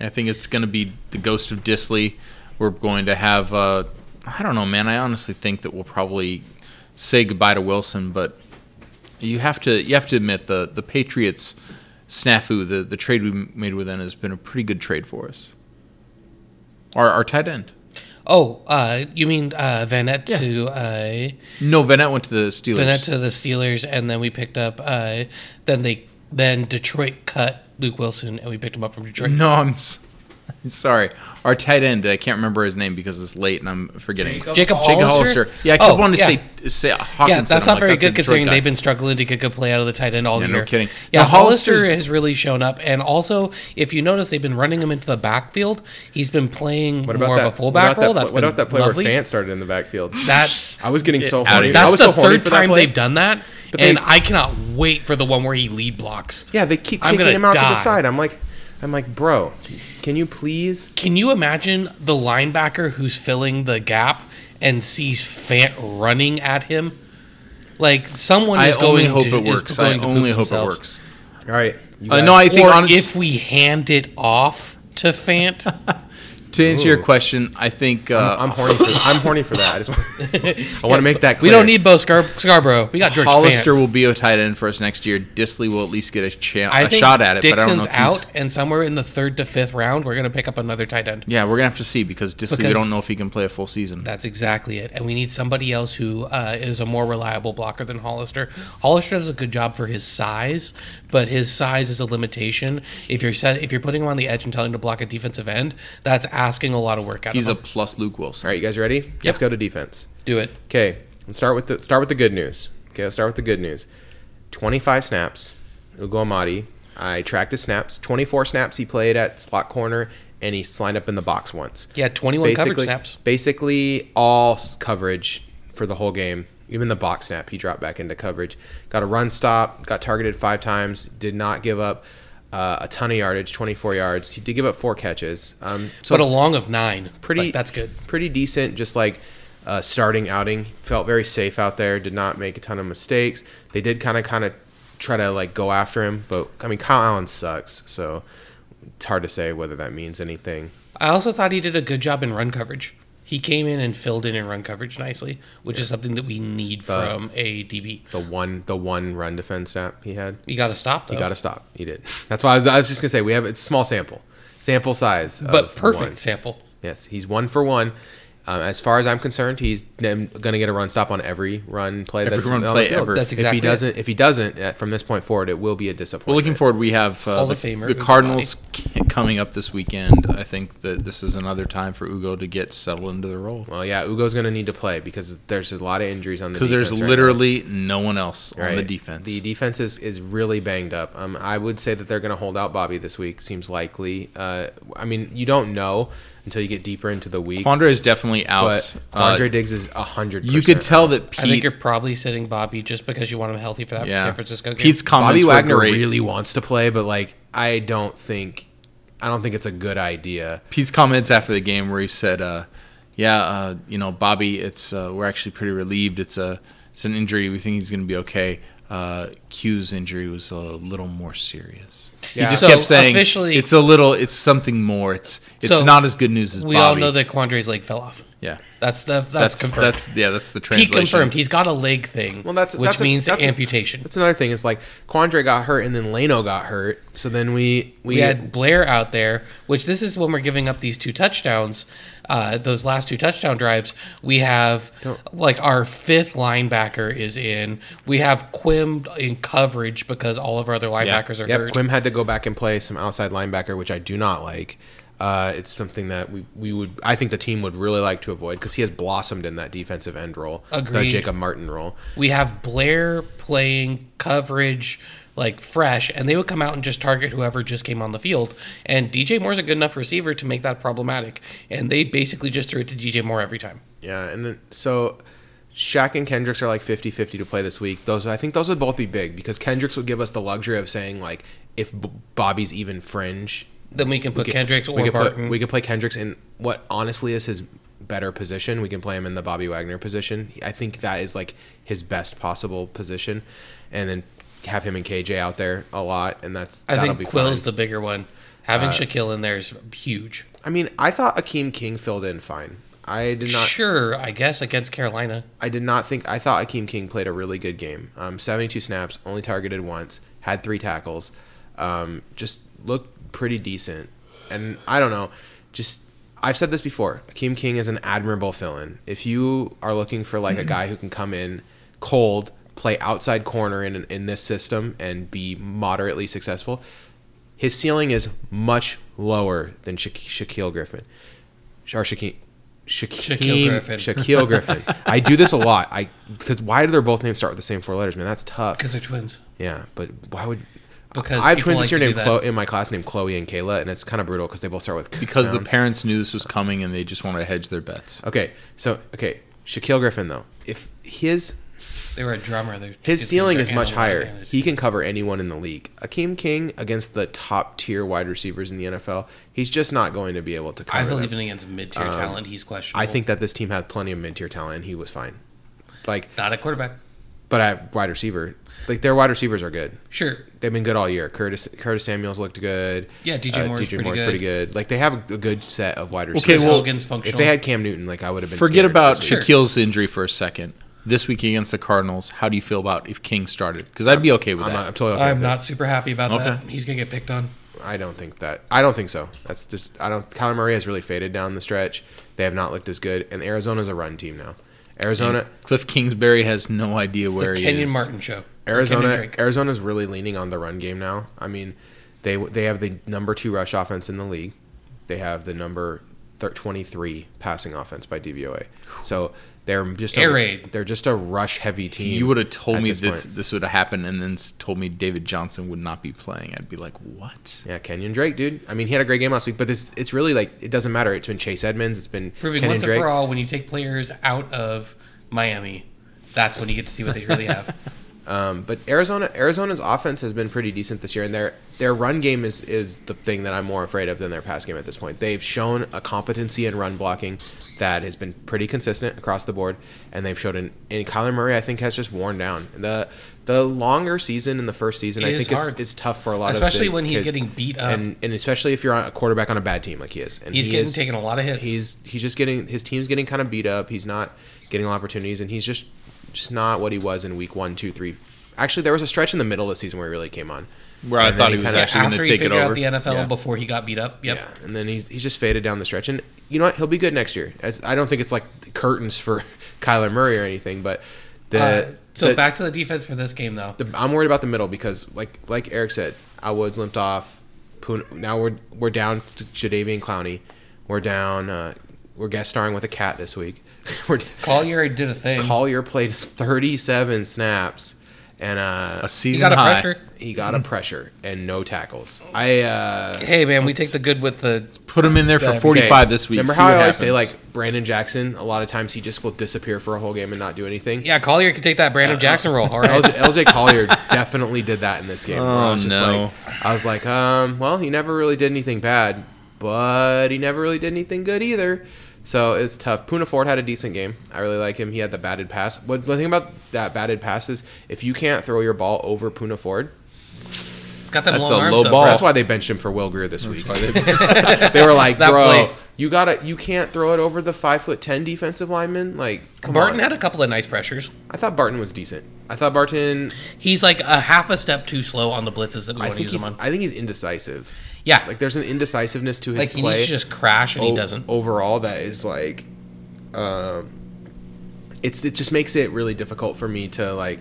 C: I think it's going to be the ghost of Disley. We're going to have. Uh, I don't know, man. I honestly think that we'll probably say goodbye to Wilson, but you have to you have to admit the the Patriots snafu the the trade we made with them has been a pretty good trade for us. Our our tight end.
B: Oh, uh, you mean uh, Vanette
C: Yeah.
B: to uh,
C: No, Vanette went to the Steelers.
B: Vanette to the Steelers, and then we picked up. Uh, then they then Detroit cut Luke Wilson, and we picked him up from Detroit.
C: No, I'm, s- (laughs) I'm sorry. Our tight end. I can't remember his name because it's late and I'm forgetting.
A: Jacob
B: Jacob
A: Jacob
C: Jacob
B: Hollister?
C: Hollister. Yeah, I kept
B: Oh,
C: wanting to
B: yeah.
C: say say Hawkinson.
B: Yeah, that's
C: I'm
B: not very
C: like, that's a
B: good
C: Detroit
B: considering
C: guy.
B: they've been struggling to get good play out of the tight end all
C: Yeah, no
B: year.
C: kidding.
B: Yeah,
C: Now,
B: Hollister
C: Hollister's-
B: has really shown up, and also if you notice, they've been running him into the backfield. He's been playing
A: What about
B: more
A: that?
B: of a fullback
A: what about
B: role.
A: That,
B: That's
A: what
B: been
A: about that play
B: lovely.
A: where Fant started in the backfield?
B: That
A: I was getting so
C: Get out of
A: horny.
C: here.
A: I was
B: That's
A: so
B: the
A: horny
B: third
A: for that
B: time
A: play.
B: they've done that,
A: But
B: and
A: they-
B: I cannot wait for the one where he lead blocks.
A: Yeah, they keep
B: I'm
A: kicking
B: gonna
A: him out to
B: die.
A: the side. I'm like, I'm like, bro, can you please?
B: Can you imagine the linebacker who's filling the gap and sees Fant running at him? Like someone
C: I
B: is
C: only
B: going
C: hope
B: to,
C: it
B: is
C: works. I
B: going to poop
C: only hope it
B: themselves.
C: works.
A: All right. you
C: Uh,
A: guys-
C: no, I think
B: or
C: on,
B: if we hand it off to
C: (laughs)
B: Fant,
C: to answer your question, I think uh,
A: I'm horny.
B: (laughs)
A: For, I'm horny for that. I, just want, I want to make that
B: we
A: clear.
B: don't need Bo Scar- Scarborough. We got George
C: Hollister
B: Fant.
C: will be a tight end for us next year. Disley will at least get a, cha-
B: I
C: a
B: think
C: shot at it,
B: Dixon's
C: but I don't know if he's-
B: out, and somewhere in the third to fifth round, we're going to pick up another tight end.
C: Yeah, we're gonna have to see because Disley, we
B: Because-
C: don't know if he can play a full season.
B: That's exactly it. And we need somebody else who uh, is a more reliable blocker than Hollister. Hollister does a good job for his size, but his size is a limitation. If you're set, if you're putting him on the edge and telling him to block a defensive end, that's asking a lot of work out
C: He's a
B: of him.
C: plus Luke
A: All
C: Wilson.
A: right, you guys ready? Let's go to defense.
B: Do it.
A: Okay, let's start with the start with the good news. Okay, let's start with the good news. Twenty five snaps, Ugo Amadi. I tracked his snaps. Twenty four snaps he played at slot corner, and he lined up in the box once.
B: Yeah, 21 coverage snaps.
A: Basically, all s- coverage for the whole game. Even the box snap, he dropped back into coverage. Got a run stop. Got targeted five times. Did not give up uh, a ton of yardage. Twenty four yards. He did give up four catches. Um, so
B: but a long of nine.
A: pretty.
B: Like, that's good.
A: Pretty decent. Just like. Uh, starting outing felt very safe out there. Did not make a ton of mistakes. They did kind of, kind of try to like go after him, but I mean Kyle Allen sucks, so it's hard to say whether that means anything.
B: I also thought he did a good job in run coverage. He came in and filled in in run coverage nicely, which is something that we need from a DB.
A: The one, the one run defense snap he had.
B: You got to stop though.
A: He got
C: Oh.
A: to stop. He did. That's why I was, I was just gonna say we have it's a small sample, sample size. of
B: but perfect
A: one.
B: sample.
A: Yes, he's one for one. Um, as far as I'm concerned, he's then gonna get a run stop on every run play.
C: Every
A: that's
C: run
A: on
C: play
A: the field.
C: ever.
B: That's
A: if
B: exactly
A: he
B: it.
A: doesn't, if he doesn't, uh, from this point forward, it will be a
C: We're
A: disappointment.
C: looking forward. We have uh,
B: Hall
C: the,
B: of Famer,
C: the
B: Ugo
C: Cardinals ca- coming up this weekend. I think that this is another time for Ugo to get settled into the role
A: Well, yeah, Ugo's gonna need to play because there's a lot of injuries on the.
C: because there's
A: defense right now.
C: literally no one else on the
A: Right.
C: defense.
A: The defense is, is really banged up. Um, I would say that they're going to hold out Bobby this week. Seems likely. Uh, I mean, you don't know until you get deeper into the week.
C: Quandre is definitely out.
A: but
C: Uh,
A: Andre Diggs is hundred.
C: you could tell that Pete.
B: I think you're probably sitting Bobby just because you want him healthy for that
C: yeah,
B: San Francisco game.
C: Pete's comments
A: Bobby
C: were
A: Wagner
C: great.
A: really wants to play, but like I don't think, I don't think it's a good idea.
C: Pete's comments after the game where he said, uh, "Yeah, uh, you know, Bobby, it's uh, we're actually pretty relieved. It's a it's an injury. We think he's going to be okay. Uh, Q's injury was a little more serious.
A: Yeah.
C: He just
B: So,
C: kept saying
B: officially-
C: it's a little, it's something more. It's it's
B: So,
C: not as good news as
B: we
C: Bobby.
B: all know that Quandre's leg fell off.
C: Yeah,
B: That's the that's,
C: that's that's,
B: confirmed.
C: yeah, that's the
B: Pete
C: translation.
B: confirmed he's got a leg thing,
A: Well, that's
B: which
A: that's a-
B: means
A: that's a-
B: amputation.
A: that's another thing. Is like Quandre got hurt and then Leno got hurt, so then we we,
B: we had Blair out there, which this is when we're giving up these two touchdowns. Uh, those last two touchdown drives, we have like our fifth linebacker is in. We have Quim in coverage because all of our other linebackers are
A: Yep,
B: hurt.
A: Quim had to go back and play some outside linebacker, which I do not like. Uh, it's something that we, we would I think the team would really like to avoid because he has blossomed in that defensive end role, the
B: Agreed.
A: Jacob Martin role.
B: we have Blair playing coverage like fresh, and they would come out and just target whoever just came on the field. And DJ Moore's a good enough receiver to make that problematic. And they basically just threw it to DJ Moore every time.
A: Yeah, and then so Shaq and Kendricks are like 50-50 to play this week. Those I think those would both be big because Kendricks would give us the luxury of saying like if B- Bobby's even fringe,
B: Then we can put
A: could-
B: Kendricks or
A: we could put-
B: Barton.
A: we could play Kendricks in what honestly is his better position. We can play him in the Bobby Wagner position. I think that is like his best possible position, and then have him and KJ out there a lot, and that's
B: I
A: that'll
B: think
A: be
B: Quill's
A: fine. Uh,
B: the bigger one. Having Shaquille in there is huge.
A: I mean, I thought Akeem King filled in fine. I did not.
B: sure, I guess against Carolina.
A: I did not think. I thought Akeem King played a really good game. Um, 72 snaps, only targeted once, had three tackles, um, just looked pretty decent. And I don't know, just I've said this before. Akeem King is an admirable fill-in. If you are looking for like a guy who can come in cold, play outside corner in in this system, and be moderately successful, his ceiling is much lower than Shaq- Shaquille Griffin. Or Shaquille, Shaquille,
B: Shaquille Griffin.
A: Shaquille Griffin. I do this a lot. I because why do their both names start with the same four letters, man? That's tough.
B: Because they're twins.
A: Yeah, but why would?
B: Because
A: I have
B: people
A: twins
B: like
A: this year
B: to do
A: named
B: that.
A: Chlo- in my class named Chloe and Kayla, and it's kind of brutal because they both start with. K
C: because the
A: sounds.
C: parents knew this was coming and they just wanted to hedge their bets.
A: Okay, so okay, Shaquille Griffin though, if his
B: They were a drummer. They're,
A: his
B: it's-
A: ceiling
B: they're
A: is much
B: analog
A: higher.
B: advantage.
A: He can cover anyone in the league. Akeem King against the top tier wide receivers in the NFL, he's just not going to be able to cover.
B: I feel
A: them.
B: even against mid tier talent, he's questionable.
A: Um, I think that this team had plenty of mid tier talent, and he was fine. Like,
B: not a quarterback.
A: but at wide receiver, like their wide receivers are good.
B: Sure,
A: They've been good all year. Curtis Curtis Samuel's looked good.
B: Yeah,
A: Uh,
B: DJ Moore's pretty good.
A: pretty good. Like they have a good set of wide receivers.
C: Okay,
B: Chris
C: well,
B: Hogan's
A: if
B: functional.
A: they had Cam Newton, like I would have been.
C: Forget
A: scared
C: about
A: this week.
C: Shaquille's injury for a second. This week against the Cardinals, how do you feel about if King started? Because I'd be okay with
A: I'm, not,
C: that.
A: I'm totally okay
B: I'm
A: with
B: not super happy about that.
C: Okay.
B: He's gonna get picked on.
A: it. I don't think that. I don't think so. That's just. I don't. Kyler Murray has really faded down the stretch. They have not looked as good. And Arizona's a run team now. Arizona.
C: Cliff Kingsbury has no idea
B: It's
C: where
B: the
C: he
B: Kenyon
C: is.
B: Martin show. Or Kenyon
A: Arizona
B: Drake.
A: Arizona's really leaning on the run game now. I mean, they they have the number 2 rush offense in the league. They have the number thir- 23 passing offense by DVOA. So they're just
B: Air
A: a,
B: raid.
A: they're just a rush heavy team.
C: You would have told
A: at
C: me
A: this
C: this,
A: point.
C: this would have happened, and then s- told me David Johnson would not be playing. I'd be like, what?
A: Yeah, Kenyon Drake, dude. I mean, he had a great game last week, but this it's really like it doesn't matter. It's been Chase Edmonds, it's been
B: proving
A: Kenyon
B: once
A: Drake.
B: and for all when you take players out of Miami, that's when you get to see what they
A: (laughs)
B: really have.
A: Um, but Arizona Arizona's offense has been pretty decent this year, and their their run game is is the thing that I'm more afraid of than their pass game at this point. They've shown a competency in run blocking that has been pretty consistent across the board, and they've showed an and Kyler Murray I think has just worn down the the longer season in the first season
B: It
A: I
B: is
A: think
B: hard.
A: is, is tough for a lot of
B: Especially
A: the
B: when he's
A: kids.
B: getting beat up.
A: and and especially if you're on a quarterback on a bad team like he is and
B: He's
A: he
B: getting
A: is-
B: taken a lot of hits.
A: he's he's just getting his team's getting kind of beat up. He's not getting opportunities, and he's just just not what he was in week one, two, three. Actually, there was a stretch in the middle of the season where he really came on.
C: Where I
A: And
C: thought
A: then
C: he
A: he
C: was
A: kinda-
C: actually going
B: after
C: to
B: he
C: take it
B: figured
C: over.
B: out the NFL
C: Yeah.
B: before he got beat up. Yep.
A: Yeah, and then he's he's just faded down the stretch. And you know what? He'll be good next year. As- I don't think it's like curtains for (laughs) Kyler Murray or anything, but the
B: Uh, so
A: the-
B: back to the defense for this game though.
A: the- I'm worried about the middle because like like Eric said, I Woods limped off. Poon, now we're we're down to Jadavian Clowney. We're down. Uh, we're guest starring with a cat this week. (laughs) we're
B: Collier did a thing.
A: Collier played 37 snaps and uh,
C: A
B: he
C: season
B: got a
C: high.
B: pressure.
A: he got a pressure and no tackles. Mm-hmm. I uh,
B: Hey man, we take the good with the.
C: Put him in there for
B: Okay.
C: 45 this week.
A: Remember
C: see
A: how I
C: what
A: always
C: happens.
A: say like Brandon Jackson? A lot of times he just will disappear for a whole game and not do anything.
B: Yeah, Collier could take that Brandon Jackson role.
A: (laughs)
B: All right.
A: LJ, LJ Collier definitely did that in this game. where I
C: Oh,
A: was just
C: no.
A: like, I was like, um, well, he never really did anything bad, but he never really did anything good either. So it's tough. Puna Ford had a decent game. I really like him. He had the batted pass. What the thing about that batted pass is, if you can't throw your ball over Puna Ford,
B: It's got them
C: That's
B: long
C: a
B: arms.
C: low
B: though.
C: ball.
A: that's why they benched him for Will Greer this week. (laughs) they were like,
B: That
A: bro,
B: play-
A: you gotta, you can't throw it over the five foot ten defensive lineman. Like, come
B: Barton
A: on.
B: had a couple of nice pressures.
A: I thought Barton was decent. I thought Barton.
B: He's like a half a step too slow on the blitzes that we
A: I
B: want to
A: think
B: use
A: he's.
B: him on.
A: I think he's indecisive.
B: Yeah,
A: Like there's an indecisiveness to his
B: like he
A: play. Oh,
B: needs to just crash and he
A: o-
B: doesn't.
A: Overall, that is like, um, it's it just makes it really difficult for me to like,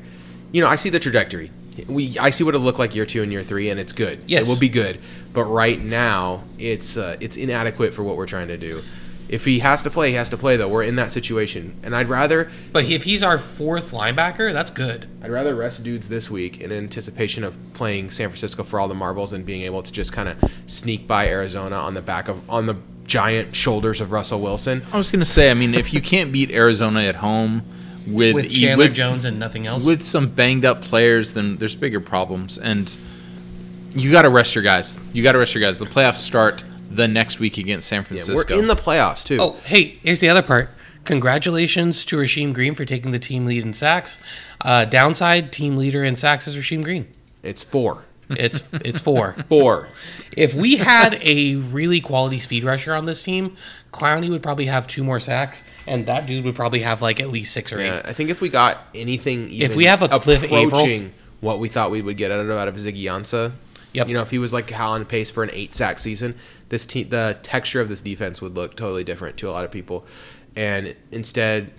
A: you know, I see the trajectory. We I see what it'll look like year two and year three, and it's good.
B: Yes.
A: it will be good. But right now, it's uh, it's inadequate for what we're trying to do. If he has to play, he has to play. Though we're in that situation, and I'd rather
B: But if he's our fourth linebacker, that's good.
A: I'd rather rest dudes this week in anticipation of playing San Francisco for all the marbles and being able to just kind of sneak by Arizona on the back of on the giant shoulders of Russell Wilson.
C: I was going to say, I mean, if you can't beat Arizona at home with
B: With
C: e-
B: Chandler
C: with-
B: Jones and nothing else.
C: with some banged up players, then there's bigger problems. And you got to rest your guys. You got to rest your guys. The playoffs start. the next week against San
A: Yeah,
C: Francisco.
A: we're in the playoffs too.
B: Oh, hey, here's the other part. Congratulations to Rasheem Green for taking the team lead in sacks. Uh, downside, team leader in sacks is Rasheem Green.
A: It's four,
B: (laughs) It's it's four.
A: four.
B: If we had a really quality speed rusher on this team, Clowney would probably have two more sacks, and that dude would probably have like at least six or
A: Yeah,
B: eight.
A: I think if we got anything, even
B: we have a Cliff Averill-
A: approaching what we thought we would get out of out of Ziggy Ansah,
B: Yep.
A: you know, if he was like on pace for an eight sack season, this team, the texture of this defense would look totally different to a lot of people. And instead,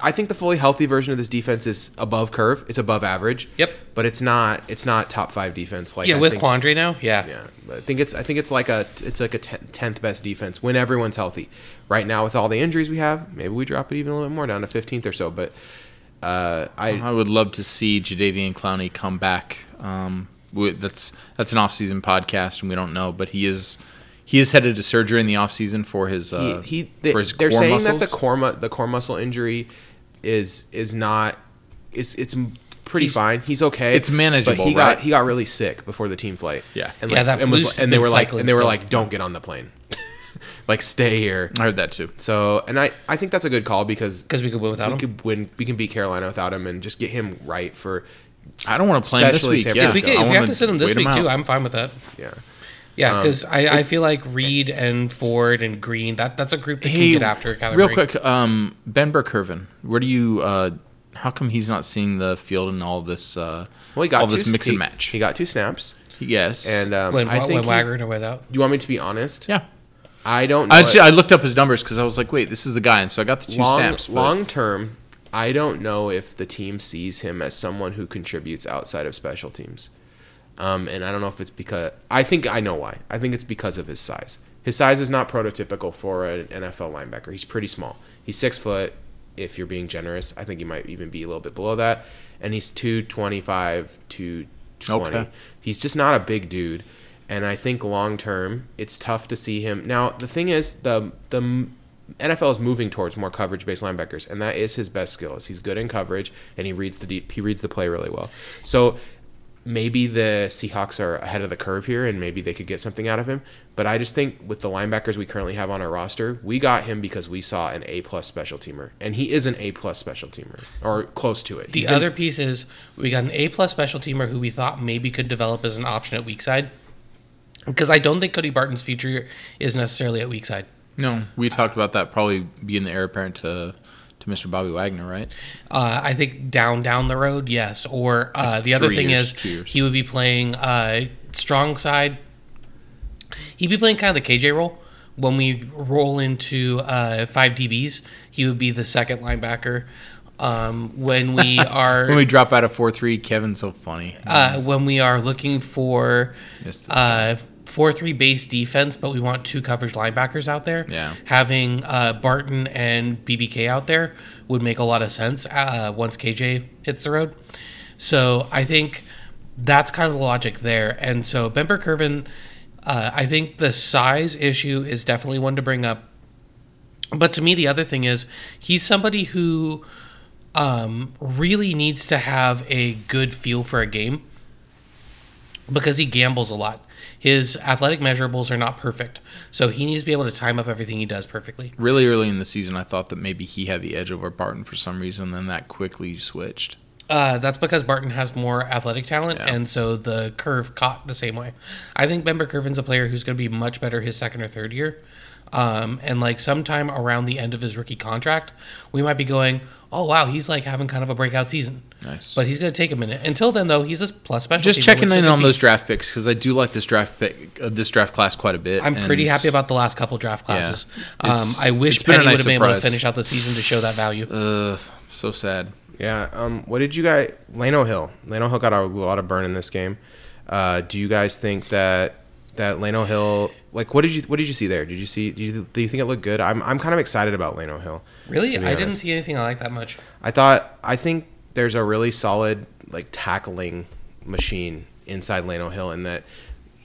A: I think the fully healthy version of this defense is above curve. It's above average.
B: Yep.
A: But it's not. It's not top five defense. Like
B: Yeah,
A: I
B: with
A: think-
B: Quandre now, yeah.
A: yeah, I think it's I think it's like a it's like a ten- tenth best defense when everyone's healthy. Right now, with all the injuries we have, maybe we drop it even a little bit more down to fifteenth or so. But uh, I
C: I would love to see Jadavian Clowney come back. Um, we- that's that's an off-season podcast, and we don't know, but he is he is headed to surgery in the off-season for his uh,
A: he, he they,
C: for his
A: they're
C: core
A: saying
C: muscles.
A: that the core mu- the core muscle injury is is not it's it's m- pretty
B: He's-
A: fine. He's okay.
C: It's manageable,
A: But he
C: right?
A: got he got really sick before the team flight.
C: Yeah.
A: and
B: Yeah,
A: like,
B: that
A: and, was-
B: flu's
A: and they
B: been
A: were like
B: cycling
A: and they were
B: still.
A: like don't get on the plane, (laughs) like stay here.
C: I heard that too.
A: So and I I think that's a good call because
B: Because we could win without
A: we
B: him.
A: could win. We can beat Carolina without him, and just get him right for.
C: I don't want to play him this
A: Especially
C: week.
A: San
C: Yeah,
B: if we,
A: Francisco.
B: could,
C: I
B: if we have
C: wanna
B: to sit him this
C: wait
B: week
C: out.
B: too, I'm fine with that.
A: Yeah.
B: Yeah, because I, I feel like Reed and Ford and Green that that's a group that
C: Hey,
B: can get after Kyler
C: real
B: Murray.
C: quick, um, Ben Burkervin, where do you? Uh, how come he's not seeing the field and all this? Uh,
A: Well, he got
C: all
A: two,
C: this mix
A: he,
C: and match.
A: He got two snaps,
C: yes,
A: and um,
B: When,
A: I think.
B: when
A: he's-
B: Wagner without.
A: do you want me to be honest?
C: yeah,
A: I don't. Know
C: I, see, I looked up his numbers because I was like, wait, this is the guy, and so I got the two
A: long
C: snaps. but-
A: long term, I don't know if the team sees him as someone who contributes outside of special teams. Um, and I don't know if it's because I think I know why. I think it's because of his size. His size is not prototypical for an NFL linebacker. He's pretty small. He's six foot. If you're being generous, I think he might even be a little bit below that. And he's two twenty five to twenty.
C: Okay.
A: He's just not a big dude. And I think long term, it's tough to see him. Now the thing is, the the m- NFL is moving towards more coverage based linebackers, and that is his best skill. Is he's good in coverage and he reads the deep, he reads the play really well. So maybe the Seahawks are ahead of the curve here and maybe they could get something out of him. But I just think with the linebackers we currently have on our roster, we got him because we saw an A plus special teamer. And he is an A plus special teamer. Or close to it.
B: The other piece is we got an A plus special teamer who we thought maybe could develop as an option at weak side. Because I don't think Cody Barton's future is necessarily at weak side.
C: No, we talked about that probably being the heir apparent to to Mr. Bobby Wagner, right?
B: Uh, I think down down the road, yes. Or uh, the other
C: three
B: thing is
C: years, two years.
B: he would be playing uh, strong side. He'd be playing kind of the KJ role. When we roll into uh, five DBs, he would be the second linebacker. Um, when
C: (laughs)
B: we are
C: When we drop out of four three, Kevin's so funny.
B: uh, when we are looking for
C: Missed this
B: uh, four three base defense, but we want two coverage linebackers out there.
C: Yeah.
B: having uh, Barton and BBK out there would make a lot of sense uh, once KJ hits the road. So I think that's kind of the logic there. And so Bemper Curvin, uh, I think the size issue is definitely one to bring up. But to me, the other thing is he's somebody who um, really needs to have a good feel for a game because he gambles a lot. His athletic measurables are not perfect, so he needs to be able to time up everything he does perfectly.
C: really early in the season, I thought that maybe he had the edge over Barton for some reason. Then that quickly switched.
B: Uh, that's because Barton has more athletic talent,
C: Yeah.
B: and so the curve caught the same way. I think Bember Curvin's a player who's going to be much better his second or third year. Um, and like sometime around the end of his rookie contract, we might be going, oh, wow, he's like having kind of a breakout season.
C: Nice.
B: But he's going to take a minute. Until then, though, he's a plus special.
C: Just
B: teamer,
C: checking
B: which is
C: in
B: the
C: on those
B: piece-
C: draft picks because I do like this draft pick, uh, this draft class quite a bit.
B: I'm
C: and-
B: pretty happy about the last couple draft classes.
C: Yeah.
B: Um,
C: It's-
B: I wish
C: it's been a
B: Penny
C: nice
B: would have been able to
C: surprise.
B: finish out the season to show that value.
C: Ugh, uh, so sad.
A: Yeah. Um, what did you guys? Lano Hill. Lano Hill got a lot of burn in this game. Uh, do you guys think that that Lano Hill? Like, what did you what did you see there? Did you see? Do you, do you think it looked good? I'm I'm kind of excited about Lano Hill.
B: Really,
A: to be
B: I didn't
A: honest.
B: see anything I like that much.
A: I thought I think there's a really solid like tackling machine inside Lano Hill, and that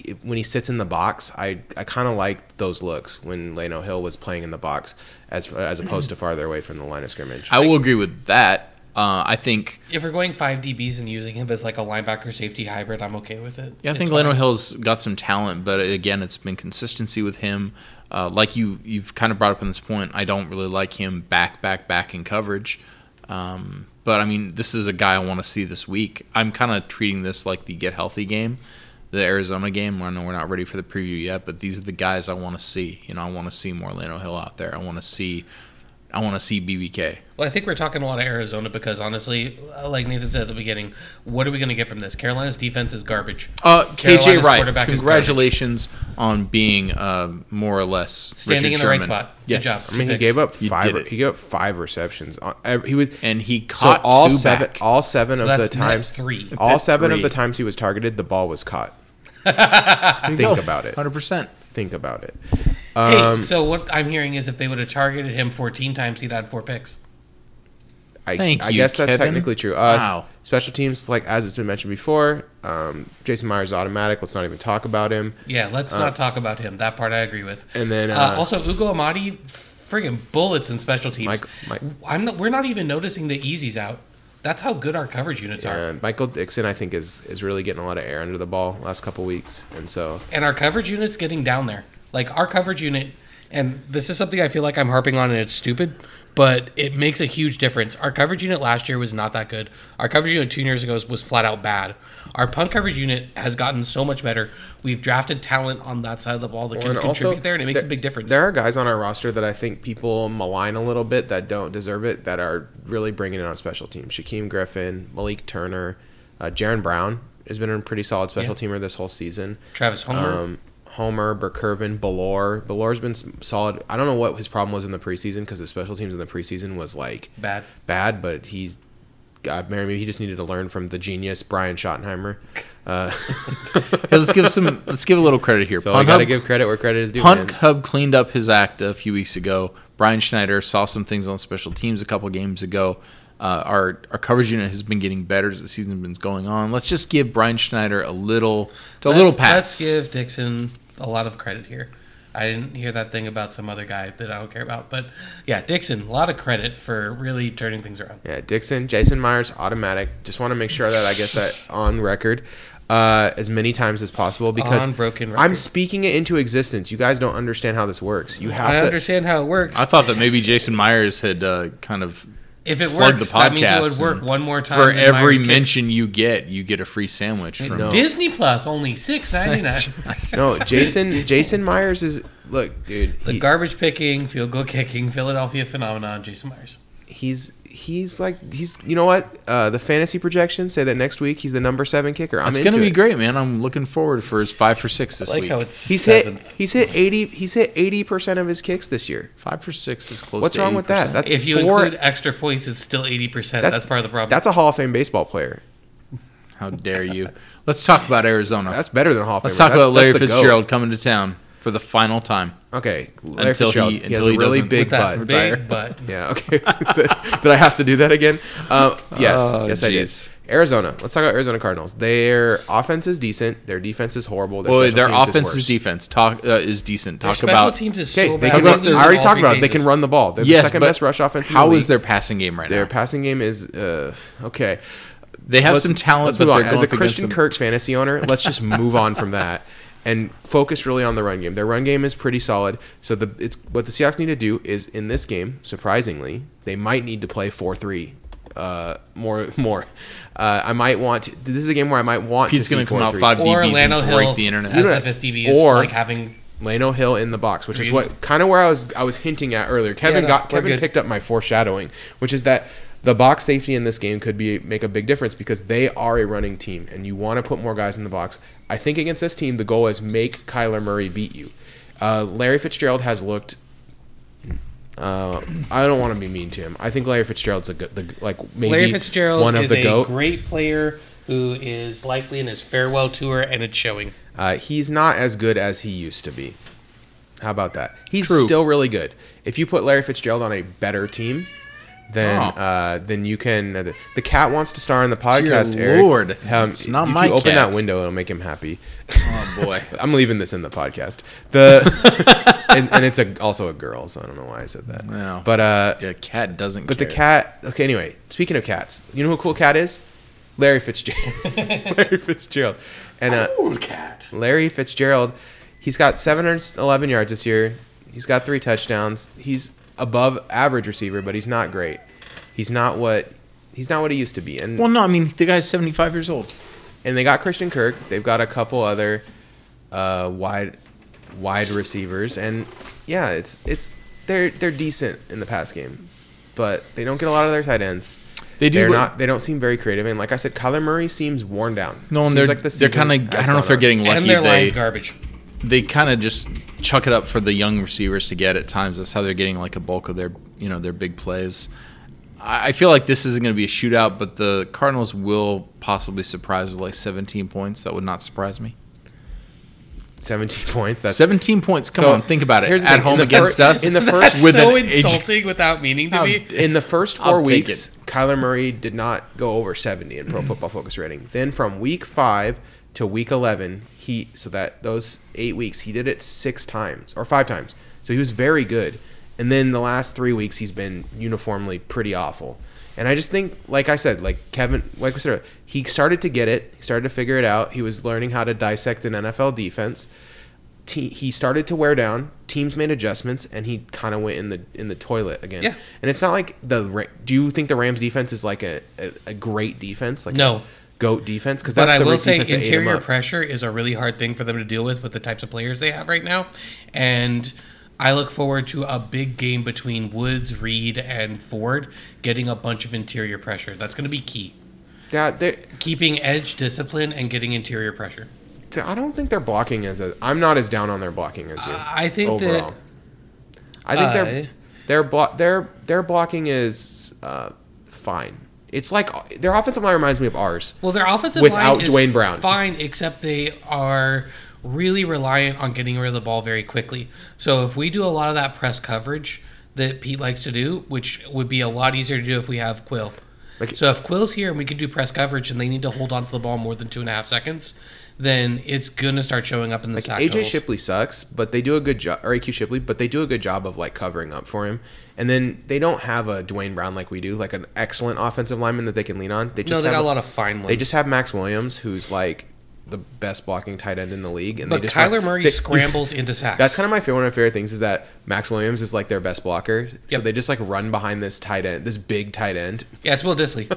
A: it- when he sits in the box, I I kind of liked those looks when Lano Hill was playing in the box as as opposed to farther away from the line of scrimmage.
C: I will agree with that. Uh, I think
B: If we're going five DBs and using him as like a linebacker safety hybrid, I'm okay with it.
C: Yeah, I
B: It's
C: think
B: fine.
C: Leno Hill's got some talent, but again, it's been consistency with him. Uh, like you, you've kind of brought up on this point. I don't really like him back, back, back in coverage. Um, but I mean, this is a guy I want to see this week. I'm kind of treating this like the get healthy game, the Arizona game. I know we're not ready for the preview yet, but these are the guys I want to see. You know, I want to see more Leno Hill out there. I want to see, I want to see BBK.
B: Well, I think we're talking a lot of Arizona because honestly, uh, like Nathan said at the beginning, what are we going to get from this? Carolina's defense is garbage.
C: Uh, KJ
B: Carolina's
C: Wright,
B: quarterback is
C: congratulations on being uh, more or less
B: Standing
C: Richard
B: in the right
C: Sherman.
B: spot. Good
C: Yes.
B: job.
A: I mean, he
B: Picks.
A: gave up
C: You
A: five.
C: did it.
A: He gave up five receptions. On every- He was
C: and he
A: so
C: caught
A: all
C: two
A: seven.
C: back.
A: All seven
B: So
A: of the
B: that's net
A: times.
B: three.
A: All
C: That's
A: seven
C: three.
A: of the times he was targeted, the ball was
C: (laughs)
A: caught.
C: There you
A: Think
B: Oh,
C: go.
A: about it.
C: (laughs) 100%.
A: Think about it.
B: Hey,
A: Um,
B: so what I'm hearing is if they would have targeted him 14 times, he'd had four picks.
A: I,
C: Thank
A: I
C: you,
A: guess that's
C: Kevin.
A: technically true. Uh, s-
C: Wow.
A: Special teams, like as it's been mentioned before, um, Jason Myers automatic. Let's not even talk about him.
B: Yeah, let's not talk about him. That part I agree with.
A: Uh, And then,
B: uh,
A: uh,
B: also Ugo Amadi, friggin' bullets in special teams.
A: Mike- Mike-
B: I'm not, we're not even noticing the easies out. That's how good our coverage units are.
A: And Michael Dixon, I think, is is really getting a lot of air under the ball last couple weeks, and so
B: and our coverage unit's getting down there. Like our coverage unit, and this is something I feel like I'm harping on, and it's stupid, but it makes a huge difference. Our coverage unit last year was not that good. Our coverage unit two years ago was flat out bad. Our punt coverage unit has gotten so much better. We've drafted talent on that side of the ball that can
A: And also,
B: contribute there, and it makes
A: there-
B: a big difference.
A: There are guys on our roster that I think people malign a little bit that don't deserve it that are really bringing it on special teams. Shaquem Griffin, Malik Turner, uh, Jaron Brown has been a pretty solid special teamer this whole season.
B: Travis Homer.
A: Um, Homer, Burkervin, Ballor. Ballor's been s- solid. I don't know what his problem was in the preseason because his special teams in the preseason was like
B: Bad.
A: bad, but he's. God, maybe he just needed to learn from the genius Brian Schottenheimer. Uh, (laughs)
C: Hey, let's give some. Let's give a little credit here.
A: so I
C: Punt
A: got to
C: Hub-
A: give credit where credit is due. man.
C: Punt Hub cleaned up his act a few weeks ago. Brian Schneider saw some things on special teams a couple games ago. Uh, our our coverage unit has been getting better as the season's been going on. Let's just give Brian Schneider a little, a little
B: Let's-
C: pass.
B: Let's give Dixon a lot of credit here. I didn't hear that thing about some other guy that I don't care about, but yeah, Dixon, a lot of credit for really turning things around.
A: Yeah, Dixon, Jason Myers, automatic. Just want to make sure that I get that on record uh, as many times as possible because
B: On broken
A: I'm
B: record.
A: speaking it into existence. You guys don't understand how this works. You have
B: I
A: to.
B: understand how it works.
C: I thought that maybe Jason Myers had uh, kind of
B: If it
C: plug
B: works,
C: the
B: that means it
C: podcast
B: would work
C: and
B: one more time.
C: for
B: than
C: every
B: Myers Kicks.
C: mention you get, you get a free sandwich from.
A: No.
B: Disney Plus only six ninety nine.
C: (laughs)
A: No, Jason. Jason Myers is look, dude.
B: The
A: he-
B: garbage picking, field goal kicking, Philadelphia phenomenon, Jason Myers.
A: he's he's like he's. You know what? Uh, the fantasy projections say that next week he's the number seven kicker. I'm
C: It's
A: into
C: gonna be
A: it.
C: great, man. I'm looking forward for his five for six this
B: I like
C: week.
B: how it's
A: He's
B: seventh.
A: hit. He's hit eighty. He's hit eighty percent of his kicks this year.
C: Five for six is close.
A: What's
C: to
A: wrong with that?
C: 80%.
A: That's
B: If you
A: four-
B: include extra points, it's still eighty percent. That's, part of the problem.
A: That's a Hall of Fame baseball player.
C: how dare you.
A: (laughs)
C: Let's talk about Arizona.
A: That's better than Hall of Fame.
C: Let's talk about Larry Fitzgerald
A: Go.
C: coming to town for the final time.
A: Okay, Larry
C: Until he-
A: Fitzgerald. He,
C: until
A: has a
C: he
A: really
C: doesn't-
A: big
B: With that
A: butt.
B: big butt.
A: Yeah. Okay. (laughs) did I have to do that again? Uh, yes.
C: Oh,
A: yes, I
C: jeez.
A: did. Arizona. Let's talk about Arizona Cardinals. Their offense is decent. Their defense is horrible. Their,
C: Boy,
A: special
C: their
A: teams
C: offense
A: is
C: is
A: worse.
C: defense talk uh, is decent.
B: Their
C: Talk
B: special
C: about
B: teams is
A: Okay,
B: so
A: they
B: bad.
A: can
B: They
A: run,
B: lose
A: I already
B: all
A: talked
B: three
A: about it. They
B: cases.
A: can run the ball. They're
C: yes,
A: the second
C: but
A: best rush offense. In
C: How
A: the
C: is
A: league.
C: their passing game right
A: Their
C: now?
A: passing game is uh, okay.
C: They have
A: Let's-
C: some talent,
A: let's
C: but
A: move
C: they're
A: on.
C: going
A: as a
C: up against
A: Christian
C: some-
A: Kirk fantasy owner, let's
C: (laughs)
A: just move on from that and focus really on the run game. Their run game is pretty solid. So the it's what the Seahawks need to do is in this game, surprisingly, they might need to play four three. Uh, more, (laughs) more. Uh, I might want. To, this is a game where I might want
C: Pete's
A: to
C: going
A: see
C: to come out
A: 4-3.
C: five
B: Or
C: DBs
B: Lano
C: and break
B: Hill
C: the internet.
A: You
B: as
A: know
B: the
A: that.
B: fifth DB is
A: Or-
B: like having
A: Lano Hill in the box, which is
B: Green.
A: what kind of where I was I was hinting at earlier. Kevin
B: no,
A: got
B: we're
A: Kevin
B: good.
A: picked up my foreshadowing, which is that the box safety in this game could be make a big difference because they are a running team and you want to put more guys in the box. I think against this team, the goal is make Kyler Murray beat you. Uh, Larry Fitzgerald has looked. Uh, I don't want to be mean to him. I think Larry Fitzgerald's a good, the, like maybe
B: Larry Fitzgerald
A: one of
B: is
A: the
B: a
A: goat.
B: great player who is likely in his farewell tour, and it's showing.
A: Uh, he's not as good as he used to be. How about that? He's
C: True.
A: still really good. If you put Larry Fitzgerald on a better team, then
C: Oh.
A: uh, then you can. uh, the- the cat wants to star on the podcast.
C: Dear
A: Eric.
C: Lord,
A: um,
C: it's not
A: if
C: my
A: you open
C: cat.
A: that window, it'll make him happy.
C: Oh boy.
A: (laughs) I'm leaving this in the podcast.
C: (laughs)
A: The and, and it's a, also a girl, so I don't know why I said that.
C: Wow.
A: But uh,
C: The cat doesn't
A: but
C: care.
A: the cat. Okay, anyway, speaking of cats, you know who a cool cat is? Larry
C: (laughs)
A: Fitzgerald. Larry Fitzgerald. And uh,
B: Cool cat.
A: Larry Fitzgerald, he's got 711 yards this year. He's got three touchdowns. He's above average receiver, but he's not great. He's not what he's not what he used to be. And
C: Well, no, I mean the guy's seventy-five years old.
A: and they got Christian Kirk. They've got a couple other uh, wide wide receivers, and yeah, it's it's they're they're decent in the pass game, but they don't get a lot of their tight ends.
C: They do
A: They're
C: what-
A: not. They don't seem very creative. And like I said, Kyler Murray seems worn down.
C: No, and
A: Seems
C: they're
A: like the
C: they're
A: season
C: kind of. I
A: has
C: don't know
A: gone
C: if they're
A: on.
C: getting lucky.
B: and their
C: they
B: line's garbage.
C: they kind of just chuck it up for the young receivers to get at times. That's how they're getting like a bulk of their you know their big plays. I I feel like this isn't going to be a shootout, but the Cardinals will possibly surprise with like 17 points. That would not surprise me.
A: seventeen (laughs) points. That's
C: 17 points. Come
A: So,
C: on, think about it.
A: here's the
C: At
A: thing.
C: home
A: In the
C: against
A: fir-
C: us (laughs)
A: in the first-
B: That's
A: With
B: so
C: an ag-
B: insulting without meaning to
C: How
B: be.
C: dare
A: in the first
C: I'll
A: four
C: take Mm-hmm.
A: weeks, Kyler Murray did not go over 70 in Pro Football Focus rating. Then from week five to week 11, he so that those eight weeks he did it six times or five times. So he was very good. And then the last three weeks he's been uniformly pretty awful. And I just think, like I said, like Kevin, like we said, earlier, he started to get it. He started to figure it out. He was learning how to dissect an NFL defense te- he started to wear down. Teams made adjustments, and he kind of went in the in the toilet again.
B: Yeah.
A: And it's not like the. Ra- Do you think the Rams defense is like a, a, a great defense? Like
B: No.
A: a goat defense? Because
B: But
A: that's
B: I
A: the
B: will
A: Rams
B: say
A: defense that ate him
B: interior
A: up.
B: pressure is a really hard thing for them to deal with with the types of players they have right now. And I look forward to a big game between Woods, Reed, and Ford getting a bunch of interior pressure. That's going to be key.
A: Yeah, they-
B: Keeping edge discipline and getting interior pressure.
A: I don't think their blocking is. A, I'm not as down on their blocking as you.
B: I I think
A: overall.
B: that
A: I think
B: I-
A: their their block their their blocking is uh, fine. It's like their offensive line reminds me of ours.
B: well, their offensive
A: Without
B: line is
A: Dwayne Brown.
B: fine, except they are really reliant on getting rid of the ball very quickly. So if we do a lot of that press coverage that Pete likes to do, which would be a lot easier to do if we have Quill.
A: Like-
B: so if Quill's here and we can do press coverage and they need to hold on to the ball more than two and a half seconds, then it's gonna start showing up in the
A: Like
B: sack.
A: AJ
B: totals.
A: Shipley sucks, but they do a good job, or AQ Shipley, but they do a good job of like covering up for him. And then they don't have a Dwayne Brown like we do, like an excellent offensive lineman that they can lean on. They
B: no,
A: just
B: they
A: have
B: got a lot of fine ones.
A: they just have Max Williams, who's like the best blocking tight end in the league. And
B: but
A: they just
B: Kyler
A: run-
B: Murray
A: they- (laughs)
B: scrambles into sacks.
A: That's kind of my favorite one of my favorite things is that Max Williams is like their best blocker, so
B: Yep.
A: they just like run behind this tight end, this big tight end. (laughs)
B: yeah, it's Will Disley.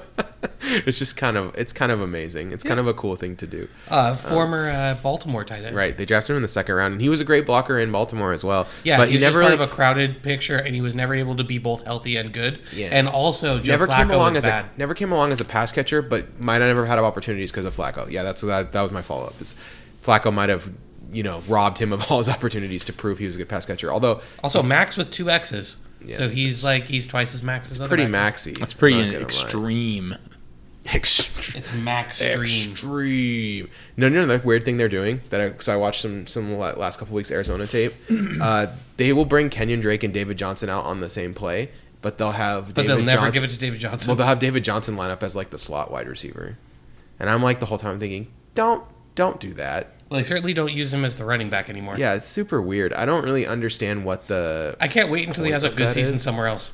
A: it's just kind of it's kind of amazing. It's kind of a cool thing to do.
B: Uh, former uh, Baltimore tight end.
A: Right, they drafted him in the second round, and he was a great blocker in Baltimore as well.
B: Yeah,
A: but
B: he,
A: he,
B: was
A: never
B: just
A: like,
B: part of a crowded picture, and he was never able to be both healthy and good.
A: Yeah.
B: and also Joe
A: never
B: Flacco
A: came along
B: was
A: as
B: bad.
A: a never came along as a pass catcher, but might have never had opportunities because of Flacco. Yeah, that's that. That was my follow up. Is Flacco might have you know robbed him of all his opportunities to prove he was a good pass catcher. Although
B: also,
A: he's
B: Max with two X's,
A: Yeah.
B: so he's like he's twice as Max as other
A: pretty
B: Maxes.
A: maxy.
C: That's pretty
A: not gonna lie.
C: extreme.
A: Extreme.
B: It's Max Stream.
A: Extreme. No, no, no. The weird thing they're doing that I, so I watched some some la- last couple weeks Arizona
B: (clears throat)
A: tape. Uh, they will bring Kenyon Drake and David Johnson out on the same play, but they'll have
B: But they'll never
A: Johnson-
B: give it to David Johnson.
A: Well, they'll have David Johnson line up as like the slot wide receiver, and I'm like the whole time thinking, don't don't do that.
B: well, they certainly don't use him as the running back anymore.
A: Yeah, it's super weird. I don't really understand what the
B: I can't wait until he
A: Point
B: has a
A: of
B: good
A: that
B: season
A: is-
B: somewhere else.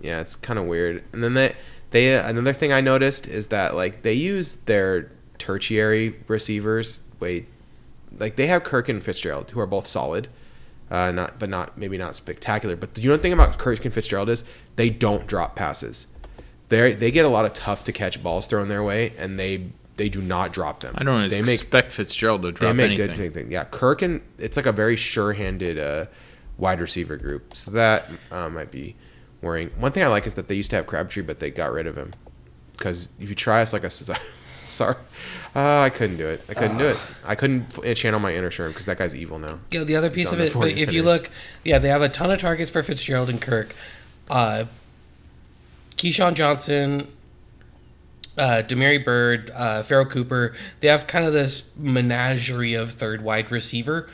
A: yeah, it's kind of weird. And then they they another thing I noticed is that like they use their tertiary receivers. Wait, like they have Kirk and Fitzgerald who are both solid. Uh, not, but not maybe not spectacular. But the you know the thing about Kirk and Fitzgerald is they don't drop passes. They they get a lot of tough to catch balls thrown their way, and they they do not drop them.
C: I don't
A: They make
C: expect Fitzgerald to
A: they
C: drop
A: make
C: anything.
A: good thing, thing. Yeah, Kirk and it's like a very sure-handed uh, wide receiver group. So that uh, might be worrying. One thing I like is that they used to have Crabtree, but they got rid of him because if you try us like a s- (laughs) sorry, uh, I couldn't do it. I couldn't do it. I couldn't f- uh, channel my inner Sherm because that guy's evil now.
B: Yeah, the other piece
A: on
B: of
A: the
B: it, but if you
A: 49ers.
B: look, yeah, they have a ton of targets for Fitzgerald and Kirk. Uh, Keyshawn Johnson, uh, Demary Bird, uh, Farrell Cooper, they have kind of this menagerie of third wide receiver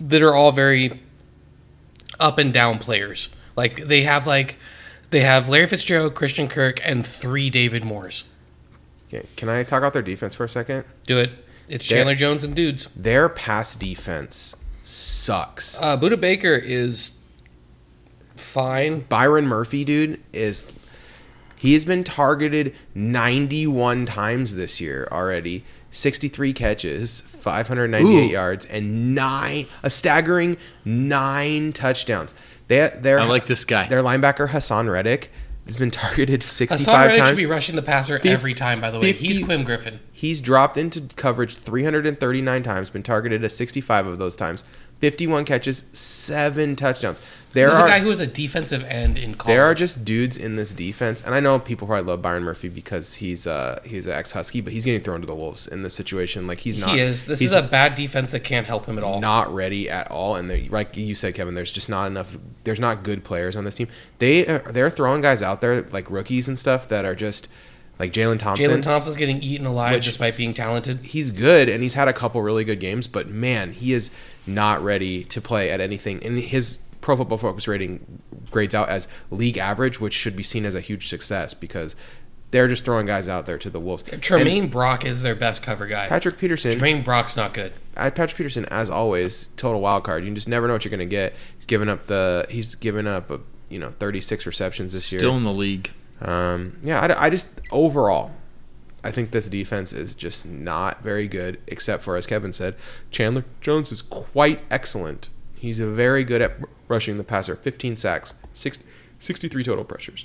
B: that are all very up and down players. Like they have like They have Larry Fitzgerald, Christian Kirk, and three David Moores.
A: Yeah, Can I talk about their defense for a second?
B: Do it. It's
A: They're-
B: Chandler Jones and dudes.
A: Their pass defense sucks.
B: Uh, Buda Baker is fine.
A: Byron Murphy, dude, is he has been targeted 91 times this year already. 63 catches, 598
C: Ooh.
A: yards, and nine a staggering nine touchdowns. They they're
C: I like this guy.
A: Their linebacker Hassan Reddick has been targeted 65
B: Hassan Reddick should
A: times.
B: be rushing the passer
A: Fif-
B: every time. By the way, he's
A: 50
B: Quim Griffin.
A: He's dropped into coverage 339 times, been targeted at 65 of those times, 51 catches, seven touchdowns. There
B: This is a
A: are
B: guy who is a defensive end in college.
A: there are just dudes in this defense, and I know people probably love Byron Murphy because he's uh he's an ex Husky, but he's getting thrown to the wolves in this situation. Like he's not
B: he is. This
A: he's
B: is a bad defense that can't help him at all.
A: not ready at all. And they- like you said, Kevin, there's just not enough. There's not good players on this team. They are, they're throwing guys out there like rookies and stuff that are just like Jalen Thompson.
B: Jalen Thompson's getting eaten alive
A: Which-
B: despite being talented.
A: he's good and he's had a couple really good games, but man, he is not ready to play at anything. And his Pro Football Focus rating grades out as league average, which should be seen as a huge success because they're just throwing guys out there to the wolves. And
B: Tremaine Brock is their best cover guy.
A: Patrick Peterson,
B: Tremaine Brock's not good.
A: I- Patrick Peterson, as always, total wild card. You just never know what you're going to get. He's given up the he's given up a, you know 36 receptions this
C: Still
A: year.
C: in the league.
A: Um, yeah, I, I just overall, I think this defense is just not very good, except for as Kevin said, Chandler Jones is quite excellent. He's very good at rushing the passer. 15 sacks, six, 63 total pressures.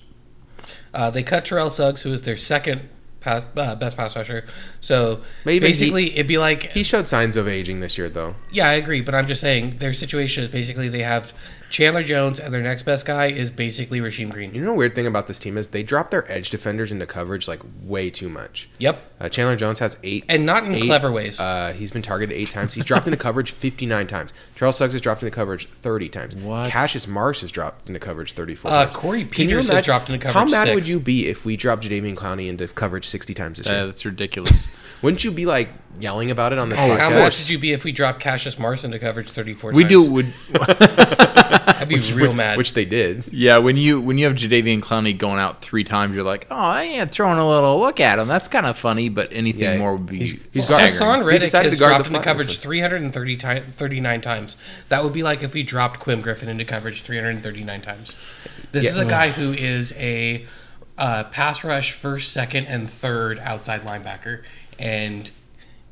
B: Uh, they cut Terrell Suggs, who is their second pass, uh, best pass rusher. So
A: Maybe he-
B: basically, it'd be like,
A: He showed signs of aging this year, though.
B: yeah, I agree, but I'm just saying their situation is basically they have Chandler Jones, and their next best guy is basically Rasheem Green.
A: You know, the weird thing about this team is they drop their edge defenders into coverage like way too much.
B: Yep,
A: Uh, Chandler Jones has eight
B: and not in
A: Eight,
B: clever ways.
A: Uh, he's been targeted eight times. He's dropped into
B: (laughs)
A: coverage 59 times. Charles Suggs has dropped into coverage 30 times.
C: What?
A: Cassius Marsh has dropped into coverage 34
B: Uh,
A: times.
B: Corey
A: Can you
B: Peters has
A: imagine-
B: dropped into coverage
A: How mad
B: six.
A: would you be if we dropped Jadavian Clowney into coverage 60 times this
C: Uh,
A: year?
C: that's ridiculous.
A: Wouldn't you be like yelling about it on this podcast?
B: Oh, How much
C: course.
B: would you be if we dropped Cassius Marsh into coverage 34
C: we
B: times?
C: do would
B: I'd be real
A: which,
B: mad.
A: Which they did.
C: yeah when you when you have Jadavian Clowney going out three times you're like oh yeah throwing a little look at him that's kind of funny but anything
A: Yeah,
C: more would be
A: he's- he's
C: staggering.
B: Hassan
A: He
B: Reddick
A: decided
B: has
A: to guard
B: dropped
A: the
B: into
A: flat
B: coverage
A: this
B: 330 ti- 39 times. That would be like if we dropped Quim Griffin into coverage 339 times. This
A: Yeah.
B: is a guy who is a uh, pass rush first, second, and third outside linebacker, and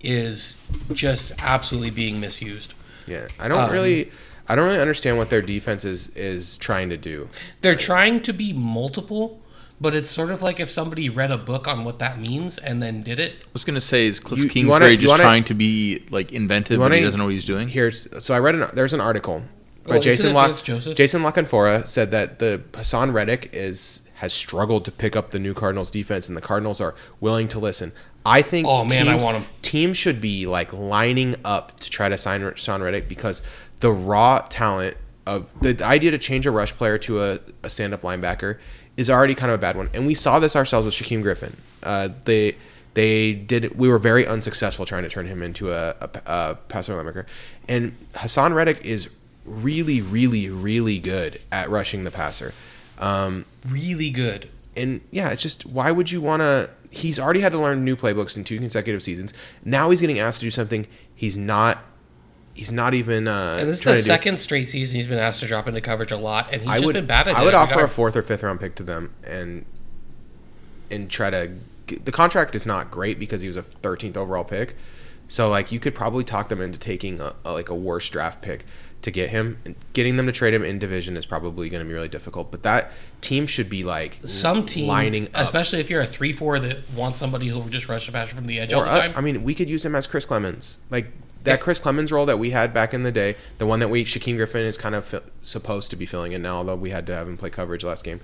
B: is just absolutely being misused.
A: Yeah. I don't
B: Um,
A: really. I don't really understand what their defense is is trying to do.
B: They're trying to be multiple, but it's sort of like if somebody read a book on what that means and then did it.
C: I was gonna say is Cliff
A: You- you
C: Kingsbury
A: wanna- you
C: just
A: wanna-
C: trying to be like inventive,
A: You
C: but he
A: wanna-
C: doesn't know what he's doing.
A: Here's so I read an there's an article by
B: Well, isn't
A: Jason
B: it
A: Lock
B: Dennis Joseph?
A: Jason Lockenfora said that the Hassan Reddick is has struggled to pick up the new Cardinals defense and the Cardinals are willing to listen. I think
B: Oh, man, I
A: teams,
B: want him.
A: Um, teams should be like lining up to try to sign Hassan Reddick because the raw talent of the idea to change a rush player to a, a stand up linebacker is already kind of a bad one. And we saw this ourselves with Shaquem Griffin. Uh, they they did. We were very unsuccessful trying to turn him into a, a, a passer linebacker. And Hassan Reddick is really, really, really good at rushing the passer. Um,
B: Really good.
A: and yeah, it's just why would you want to? He's already had to learn new playbooks in two consecutive seasons. Now he's getting asked to do something he's not. He's not even. Uh,
B: And this is
A: trying
B: the
A: to do.
B: second straight season he's been asked to drop into coverage a lot, and he's
A: I
B: just
A: would.
B: been bad at it.
A: I would
B: We
A: offer
B: gotta-
A: a fourth or fifth round pick to them and and try to. Get, the contract is not great because he was a 13th overall pick, so like you could probably talk them into taking a, a- like a worse draft pick to get him. And getting them to trade him in division is probably going to be really difficult. But that team should be like
B: some team,
A: lining up.
B: especially if you're a three four that wants somebody who will just rush the passer from the edge all
A: Or,
B: the
A: uh,
B: time.
A: I mean, we could use him as Chris Clemens, like that
B: Yeah.
A: Chris Clemens role that we had back in the day, the one that we Shaquem Griffin is kind of fi- supposed to be filling in now, although we had to have him play coverage last game.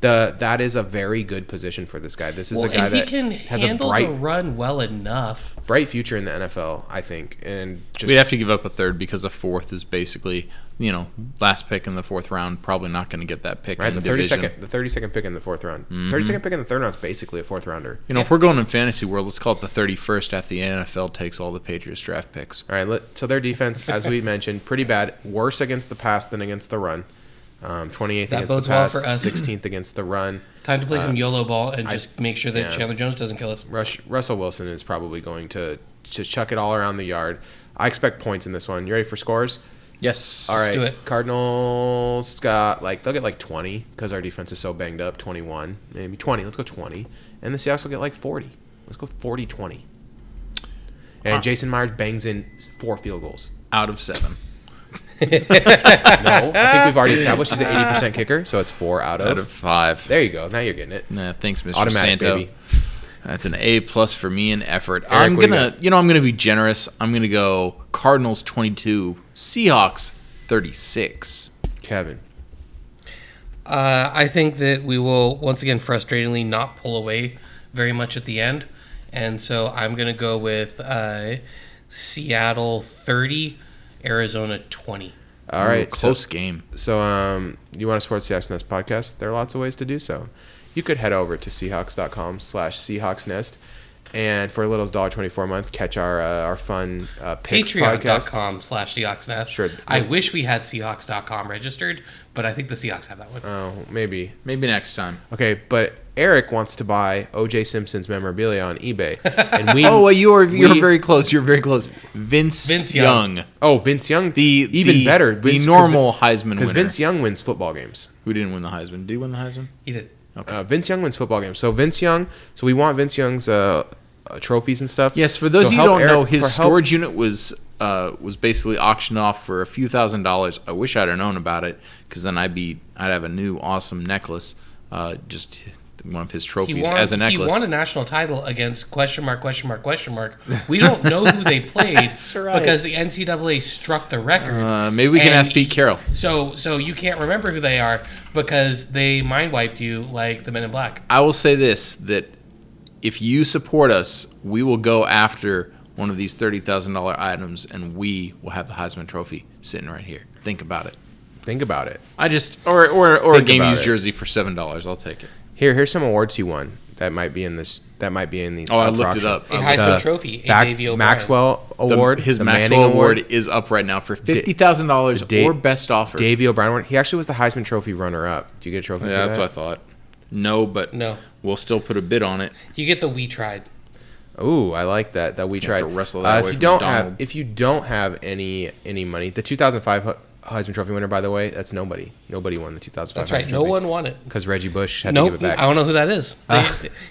A: The that is a very good position for this guy. This is
B: well,
A: a guy
B: and he
A: that
B: can
A: has a
B: handle
A: bright
B: the run well enough.
A: bright future in the NFL, I think, and just
C: We'd have to give up a third because a fourth is basically, you know, last pick in the fourth round. Probably not going to get that pick
A: right
C: in
A: the
C: the
A: thirty
C: division.
A: second the thirty second pick in the fourth round,
B: Mm-hmm.
A: thirty second pick in the third round is basically a fourth rounder.
C: You know, if we're going in fantasy world, let's call it the thirty-first after the NFL takes all the Patriots draft picks.
B: (laughs)
A: All right, let, so their defense, as we mentioned, pretty bad. Worse against the pass than against the run. um, 28th
B: That
A: against
B: bodes
A: the
B: well
A: pass,
B: for us.
A: 16th against the run.
B: Time to play some YOLO ball and
A: Uh, I-
B: just make sure that
A: yeah.
B: Chandler Jones doesn't kill us.
A: Rush, Russell Wilson is probably going to to chuck it all around the yard. I expect points in this one. You ready for scores?
C: Yes.
A: All right,
B: do it.
A: Cardinals got like they'll get like 20 because our defense is so banged up. 21, maybe 20. Let's go 20, and the Seahawks will get like 40. Let's go 40 20. And
C: Huh.
A: Jason Myers bangs in four field goals.
C: Out of seven.
A: No, I think we've already established he's an
C: (laughs)
A: 80% kicker, so it's four out of.
C: Out of five.
A: There you go. Now you're getting it.
C: Nah, thanks, Mr.
A: Automatic,
C: Santo.
A: baby.
C: That's an A plus for me in effort. I'm
A: what do you
C: gonna, you, know, I'm gonna be generous. I'm gonna go Cardinals 22, Seahawks 36.
A: Kevin.
B: Uh, I think that we will once again frustratingly not pull away very much at the end, and so I'm going to go with uh, Seattle 30, Arizona 20.
A: All right.
C: Ooh,
A: so-
C: close game.
A: So, um, you want to support Seahawks Nest podcast? There are lots of ways to do so. You could head over to Seahawks.com slash Seahawks Nest, and for a little dollar twenty four a month, catch our uh, our fun uh, picks podcast.
B: Patreon.com slash Seahawks Nest.
A: Sure.
B: I wish we had Seahawks.com registered, but I think the Seahawks have that one.
A: Oh, maybe
C: Maybe next time.
A: okay, but Eric wants to buy O.J. Simpson's memorabilia on eBay, and we
C: Oh, well, you are you're
A: we-
C: very close. You're very close. Vince,
B: Vince
C: Young.
B: Young.
A: oh Vince Young
C: The
A: even
C: the-
A: better
C: The
A: Vince- 'cause
C: normal Heisman
A: because
C: winner.
A: Vince Young wins football games.
C: who didn't win the Heisman? Did he win the Heisman?
B: He did.
A: Uh, Vince Young wins football games. So Vince Young. So we want Vince Young's uh, uh, trophies and stuff.
C: Yes, for
A: So
C: those of you who
A: help
C: don't
A: Eric-
C: know,
A: for
C: his
A: help-
C: storage unit was uh, was basically auctioned off for a few thousand dollars. I wish I'd have known about it because then I'd be I'd have a new awesome necklace, uh, just one of his
B: He
C: trophies
B: won,
C: as a
B: he
C: necklace.
B: won a national title against question mark, question mark, question mark. We don't know who
C: (laughs)
B: they played
C: That's right.
B: because the NCAA struck the record.
C: uh, maybe we can
B: And
C: ask Pete Carroll.
B: So so you can't remember who they are because they mind wiped you like the Men in Black.
C: I will say this: that if you support us, we will go after one of these thirty thousand dollar items, and we will have the Heisman Trophy sitting right here. Think about it.
A: Think about it.
C: I just or or or
A: Think
C: a game
A: about
C: used
A: it.
C: jersey for seven dollars. I'll take it.
A: Here, here's some awards he won that might be in this. That might be in the.
C: Oh, I
A: up for
C: looked it
A: auction.
C: up.
B: A Heisman
C: I
A: Uh,
C: looked
B: Trophy, a
A: Back-
B: Davy O'Brien.
A: Maxwell
C: The-
A: Award.
C: His
A: the
C: Maxwell
A: Manning
C: Award, is up right now for fifty thousand dollars
A: Da-
C: or best offer.
A: Davy O'Brien Award. He actually was the Heisman Trophy runner-up. Do you get a trophy?
C: yeah,
A: for
C: that's
A: that?
C: what I thought. No, but
B: No.
C: we'll still put a bid on it.
B: You get the we tried.
A: Ooh, I like that. That we
C: You
A: tried
C: have to wrestle that
A: Uh,
C: away
A: if you
C: from
A: don't have,
C: McDonald.
A: if you don't have any any money, the 2005 Hu- Heisman Trophy winner, by the way, that's nobody. Nobody won the 2005.
B: That's right. No one won it.
A: Because Reggie Bush had to
B: Nope.
A: give it back.
B: I don't know who that
C: (laughs)
B: is. They-
A: Uh.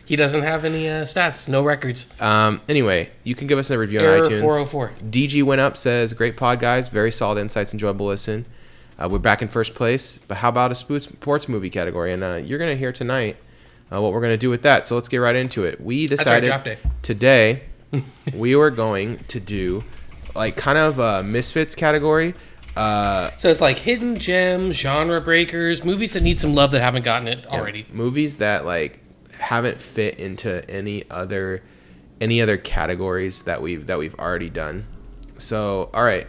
B: he doesn't have any uh, stats, no records.
A: Um, anyway, you can give us a review on
B: Error
A: iTunes.
B: 404.
A: DG went up says, "Great pod, guys. Very solid insights. Enjoyable listen. Uh, we're back in first place. But how about a spoo- sports movie category? And uh, you're gonna hear tonight uh, what we're gonna do with that. So let's get right into it. We
B: right,
A: decided
B: draft day. (laughs)
A: today we were going to do like kind of a misfits category. Uh,
B: So it's like hidden gems, genre breakers, movies that need some love that haven't gotten it already.
A: movies that like haven't fit into any other any other categories that we've that we've already done. So all right.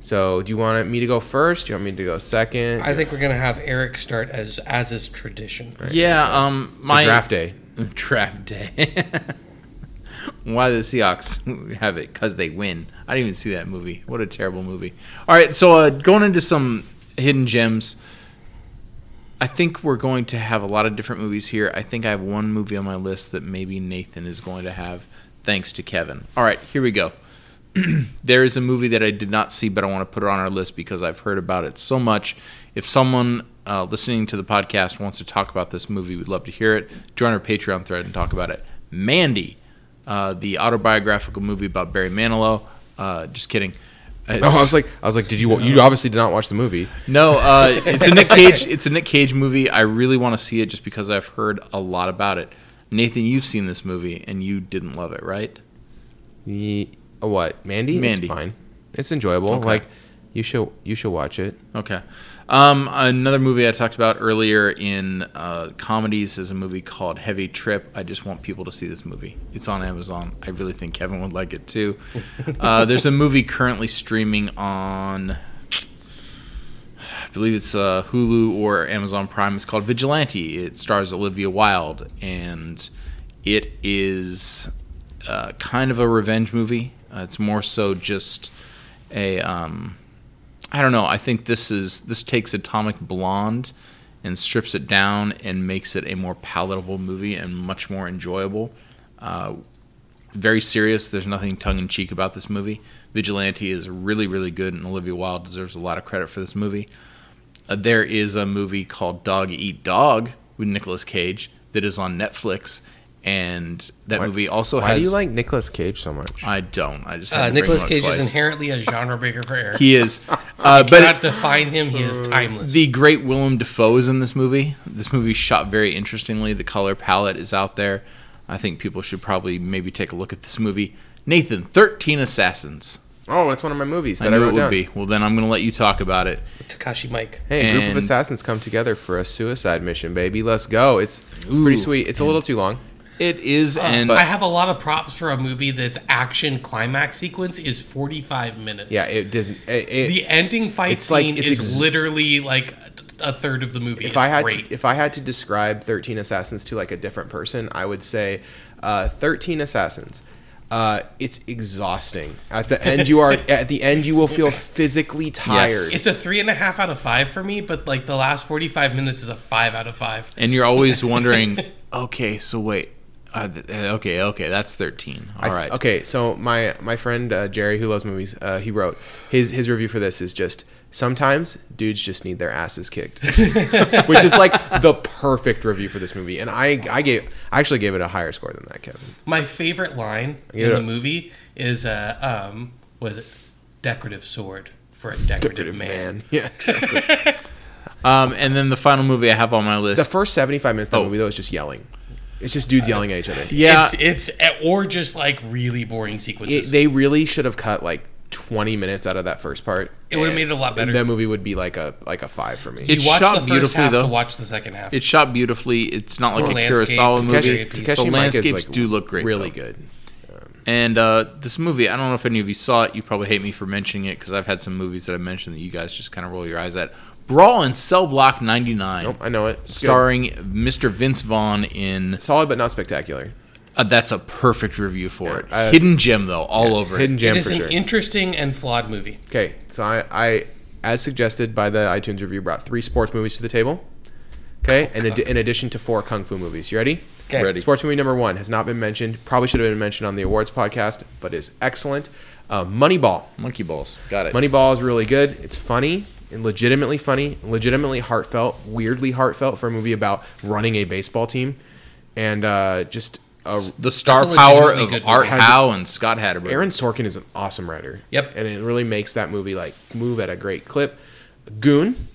A: So do you want me to go first? Do you want me to go second?
B: I think we're gonna have Eric start as as is tradition.
C: yeah, um,
A: it's a
C: my (laughs)
A: draft day.
C: Draft day. (laughs) Why the Seahawks (laughs) have it? Because they win. I didn't even see that movie. What a terrible movie. All right, so uh, going into some hidden gems, I think we're going to have a lot of different movies here. I think I have one movie on my list that maybe Nathan is going to have, thanks to Kevin. All right, here we go. (clears throat) there is a movie that I did not see, but I want to put it on our list because I've heard about it so much. If someone uh, listening to the podcast wants to talk about this movie, we'd love to hear it. Join our Patreon thread and talk about it. Mandy, uh, the autobiographical movie about Barry Manilow. Uh, just kidding.
A: (laughs) No, I was like, I was like, did you? You obviously did not watch the movie.
C: No, uh, it's a Nick Cage. It's a Nick Cage movie. I really want to see it just because I've heard a lot about it. Nathan, you've seen this movie and you didn't love it, right?
A: Ye- a what? Mandy. It's
C: Mandy.
A: fine. It's enjoyable.
C: Okay.
A: Like you should you should watch it.
C: Okay. Um, another movie I talked about earlier in uh, comedies is a movie called Heavy Trip. I just want people to see this movie. It's on Amazon. I really think Kevin would like it too. Uh, there's a movie currently streaming on, I believe it's uh, Hulu or Amazon Prime. It's called Vigilante. It stars Olivia Wilde, and it is uh, kind of a revenge movie. Uh, it's more so just a. Um, I don't know. I think this is this takes Atomic Blonde and strips it down and makes it a more palatable movie and much more enjoyable. Uh, very serious. There's nothing tongue in cheek about this movie. Vigilante is really really good, and Olivia Wilde deserves a lot of credit for this movie. Uh, there is a movie called Dog Eat Dog with Nicolas Cage that is on Netflix, and that
D: Why-
C: movie also
D: Why
C: has.
D: do you like Nicolas Cage so much?
C: I don't. I just
B: Uh,
C: had to bring
B: Nicolas
C: it up
B: Cage
C: twice.
B: is inherently a genre breaker
A: (laughs)
B: for Eric. (laughs)
C: He is, uh,
B: you
C: but
B: cannot
C: it-
B: define him. He is timeless.
C: the great Willem Dafoe is in this movie. This movie is shot very interestingly. The color palette is out there. I think people should probably maybe take a look at this movie. Nathan, Thirteen Assassins.
A: Oh, that's one of my movies that I,
C: I knew
A: wrote
C: it would
A: down.
C: be. Well, then I'm going to let you talk about it.
B: Takashi Mike.
A: Hey, a group
C: And-
A: of assassins come together for a suicide mission, baby. Let's go. It's it's
C: Ooh.
A: pretty sweet. It's a little too long.
C: It
A: Ah,
C: is an
B: I have a lot of props for a movie that's action climax sequence is 45 minutes.
A: Yeah, it doesn't. It, it-
B: the ending fight
A: it's like-
B: scene
A: it's
B: is
A: ex-
B: literally like a third of the movie.
A: if
B: it's
A: I had
B: great.
A: to, if I had to describe Thirteen Assassins to like a different person, I would say uh, Thirteen Assassins. Uh, it's exhausting. At the end,
B: (laughs)
A: you are at the end. You will feel physically tired.
B: it's a three and a half out of five for me, but like the last 45 minutes is a five out of five.
C: and
A: (laughs)
C: you're always wondering. okay, so wait. Uh, th- uh, okay, okay, that's thirteen. All
A: I-
C: right.
A: Okay, so my my friend uh, Jerry, who loves movies, uh, he wrote his his review for this is just sometimes dudes just need their asses kicked, (laughs) which is like the perfect review for this movie. And I I gave I actually gave it a higher score than that, Kevin.
B: My favorite line
A: Yeah.
B: in the movie is uh, um, was it decorative sword for a decorative, man.
A: yeah.
B: (laughs)
A: Exactly.
C: Um, and then the final movie I have on my list.
A: the first seventy five minutes of the
C: Oh.
A: movie though is just yelling. It's just dudes yelling at each other.
C: yeah,
B: It's, it's or just like really boring
A: It,
B: sequences.
A: they really should have cut like twenty minutes out of that first part.
B: It would've
A: and-
B: made it a lot
A: and
B: better.
A: That movie would be like a like a five for me.
C: It-
B: you watch
C: shot
B: the first
C: beautifully,
B: half
C: though.
B: to watch the second half.
C: It's shot beautifully. It's not like
B: Cool.
C: a
B: Landscape.
C: Kurosawa
B: Takeshi-
C: movie.
B: Takeshi
C: so
A: Miike is,
C: landscapes
A: like,
C: do look great.
A: Really
C: though.
A: good.
C: And uh, this movie, I don't know if any of you saw it. You probably hate me for mentioning it because I've had some movies that I mentioned that you guys just kind of roll your eyes at. Brawl in Cell Block 99,
A: Nope, Oh, I know it. It's good.
C: starring Mr. Vince Vaughn in.
A: solid but not spectacular.
C: Uh, that's a perfect review for it.
A: Uh,
C: hidden gem though, all over
A: Hidden
C: it.
A: gem
B: it is
A: for
B: an
A: sure.
B: interesting and flawed movie.
A: okay, so I, I, as suggested by the iTunes review, brought three sports movies to the table. Okay,
C: Oh,
A: and ad- in addition to four kung fu movies. You ready?
B: 'Kay. Ready.
A: Sports movie number one has not been mentioned. Probably should have been mentioned on the awards podcast, but is excellent. Uh, Moneyball.
C: Monkey balls, got it.
A: Moneyball is really good. It's funny and legitimately funny, legitimately heartfelt, weirdly heartfelt for a movie about running a baseball team, and uh, just a
C: the star
B: That's a
C: power
B: legitimately
C: of
B: good
C: Art
A: movie.
C: Howe and Scott Hatterberg.
A: Aaron Sorkin is an awesome writer.
B: Yep.
A: And it really makes that movie like move at a great clip. Goon.
C: (laughs)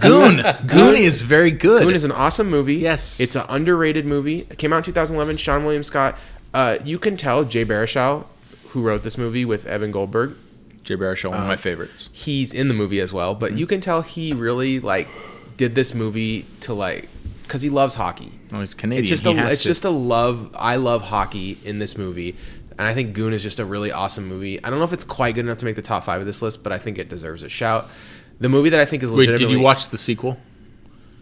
C: Goon, Goon is very good.
A: Goon is an awesome movie.
C: Yes.
A: It's an underrated movie. It came out in 2011. Sean William Scott. Uh, you can tell Jay Baruchel, who wrote this movie with Evan Goldberg,
C: Jay Baruchel, one of
A: Uh,
C: my favorites.
A: he's in the movie as well. But you can tell he really like did this movie to like because he loves hockey.
C: Oh, he's Canadian.
A: It's just
C: he
A: a
C: has
A: it's
C: to.
A: just a love. I love hockey in this movie, and I think Goon is just a really awesome movie. I don't know if it's quite good enough to make the top five of this list, but I think it deserves a shout. The movie that I think is
C: Wait,
A: legitimately
C: did you watch the sequel?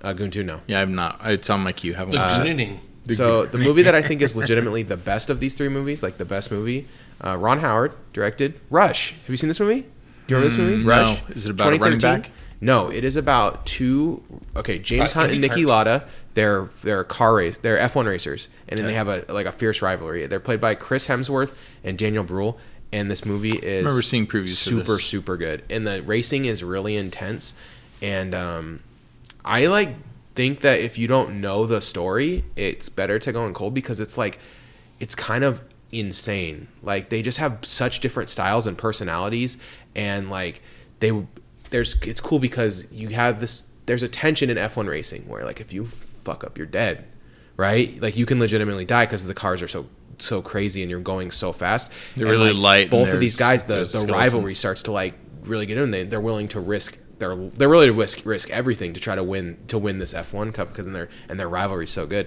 A: uh, Goon Two? No.
C: Yeah, I'm not. It's on my queue. Haven't
B: The
A: Uh,
C: watched it.
B: Gooning.
A: So the movie
C: (laughs)
A: that I think is legitimately the best of these three movies, like the best movie, uh, Ron Howard directed Rush. Have you seen this movie? Do you remember this movie?
C: Mm, no.
A: Rush.
C: Is it about a running
A: 2013?
C: back?
A: No, it is about two. Okay, James
B: Uh,
A: Hunt and
B: Indy
A: Nicky
B: car-
A: Lauda. They're they're car race. They're F1 racers, and then they have a like a fierce rivalry. They're played by Chris Hemsworth and Daniel Bruhl. And this movie is
C: remember seeing previews for
A: super
C: this.
A: super good, and the racing is really intense. And um, I like think that if you don't know the story, it's better to go in cold because it's like it's kind of insane. Like they just have such different styles and personalities and like they there's it's cool because you have this there's a tension in F1 racing where like if you fuck up you're dead, right? Like you can legitimately die cuz the cars are so so crazy and you're going so fast.
C: They're
A: And,
C: really light and
A: Both of these
C: there's-
A: guys the,
C: there's
A: the
C: skeletons.
A: rivalry starts to like really get in. They they're willing to risk they're they're willing to risk risk everything to try to win to win this F one cup because their and their rivalry's so good.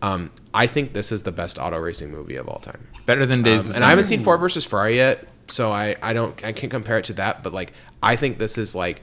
A: Um, I think this is the best auto racing movie of all time,
C: Better than Days.
A: Um,
C: of
A: and I haven't
C: Thunder.
A: seen Ford versus Ferrari yet, so I I don't I can't compare it to that. But like I think this is like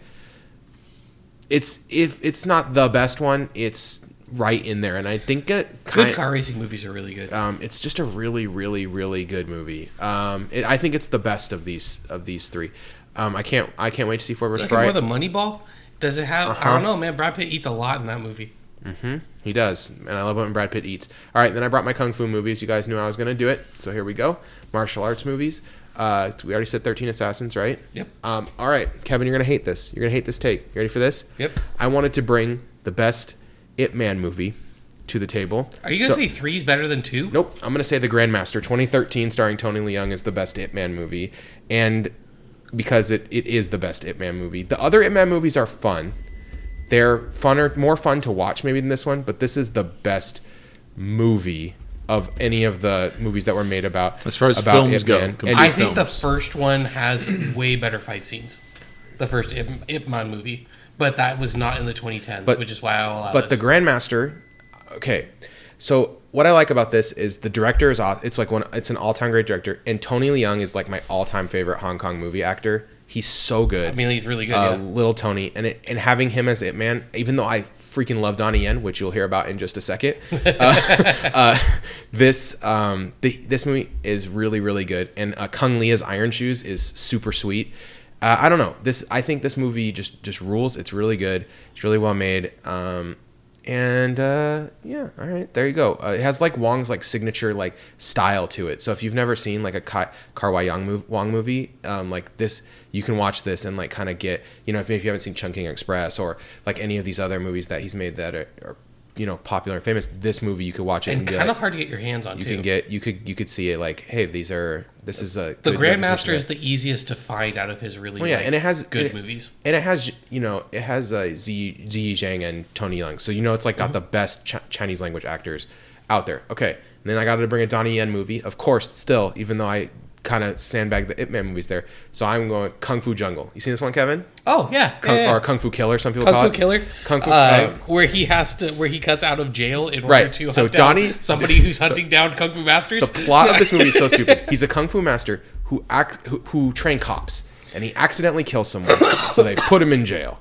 A: it's if it's not the best one, it's right in there, and I think it
B: Good
A: kind-
B: car racing movies are really good.
A: um, it's just a really, really, really good movie. Um, it, I think it's the best of these of these three. Um, I can't I can't wait to see Ford vs.
B: Looking for
A: Ferrari.
B: the Moneyball. Does it have? I
A: Uh-huh.
B: don't know, man. Brad Pitt eats a lot in that movie.
A: hmm He does, and I love when Brad Pitt eats. All right, then I brought my kung fu movies. You guys knew I was gonna do it, so here we go. Martial arts movies. Uh, we already said Thirteen Assassins, right?
B: Yep.
A: Um, all right, Kevin, you're gonna hate this. You're gonna hate this take. You ready for this?
B: Yep.
A: I wanted to bring the best It Man movie to the table.
B: Are you gonna
A: So-
B: say three's better than two?
A: Nope. I'm going to say The Grandmaster 2013 starring Tony Leung is the best Ip Man movie. And because it, it is the best Ip Man movie. The other Ip Man movies are fun. They're funner, more fun to watch maybe than this one, but this is the best movie of any of the movies that were made about
C: As far as
A: about
C: films
A: Ip
C: go,
A: Man.
C: completely.
A: And
B: I think the
C: films.
B: first one has (clears throat) way better fight scenes. The first Ip, Ip Man movie, but that was not in the 2010s,
A: But-
B: which is why I'll allow
A: but the
B: this.
A: grandmaster okay so what i like about this is the director is au- it's like one it's an all-time great director and tony leung is like my all-time favorite hong kong movie actor he's so good
B: I mean, he's really good.
A: uh,
B: yeah.
A: little Tony, and it, and having him as it man, even though I freaking love Donnie Yen, which you'll hear about in just a second. Uh, (laughs) uh, this um, the, this movie is really really good, and uh, Kung Lea's Iron Shoes is super sweet. Uh, I don't know this. I think this movie just just rules. It's really good. It's really well made. Um, and uh, yeah, all right, there you go. Uh, it has like Wong's like signature like style to it. So if you've never seen like a Ka- Kar Wai Yang mov- Wong movie, um, like this, you can watch this and like kind of get you know if, if you haven't seen Chungking Express or like any of these other movies that he's made that are, are you know popular and famous, this movie you could watch it and,
B: and
A: be
B: kind of
A: like,
B: hard to get your hands on
A: you
B: too.
A: can get you could you could see it like hey these are this is a
B: the
A: good
B: Grandmaster
A: representation of
B: is the easiest to find out of his really
A: well, Oh, yeah,
B: like,
A: and it has
B: good
A: it-
B: movies.
A: and it has you know it has uh, Z Z Zhang and Tony Leung, so you know it's like
B: Mm-hmm.
A: got the best Ch- Chinese language actors out there. Okay, and then I got to bring a Donnie Yen movie, of course, still even though I kind of sandbagged the Ip Man movies there, so I'm going Kung Fu Jungle. You seen this one, Kevin?
B: Oh yeah,
A: Kung,
B: yeah, yeah.
A: Or Kung Fu Killer, some people call
B: Kung Fu
A: it.
B: Killer,
A: Kung Fu.
B: uh,
A: uh,
B: where he has to, where he cuts out of jail in order
A: Right,
B: to
A: so
B: hunt down
A: Donnie-
B: somebody who's hunting down Kung Fu masters.
A: the plot of
B: (laughs)
A: this movie is so stupid. He's a kung fu master who act who, who train cops, and he accidentally kills someone, so they put him in jail.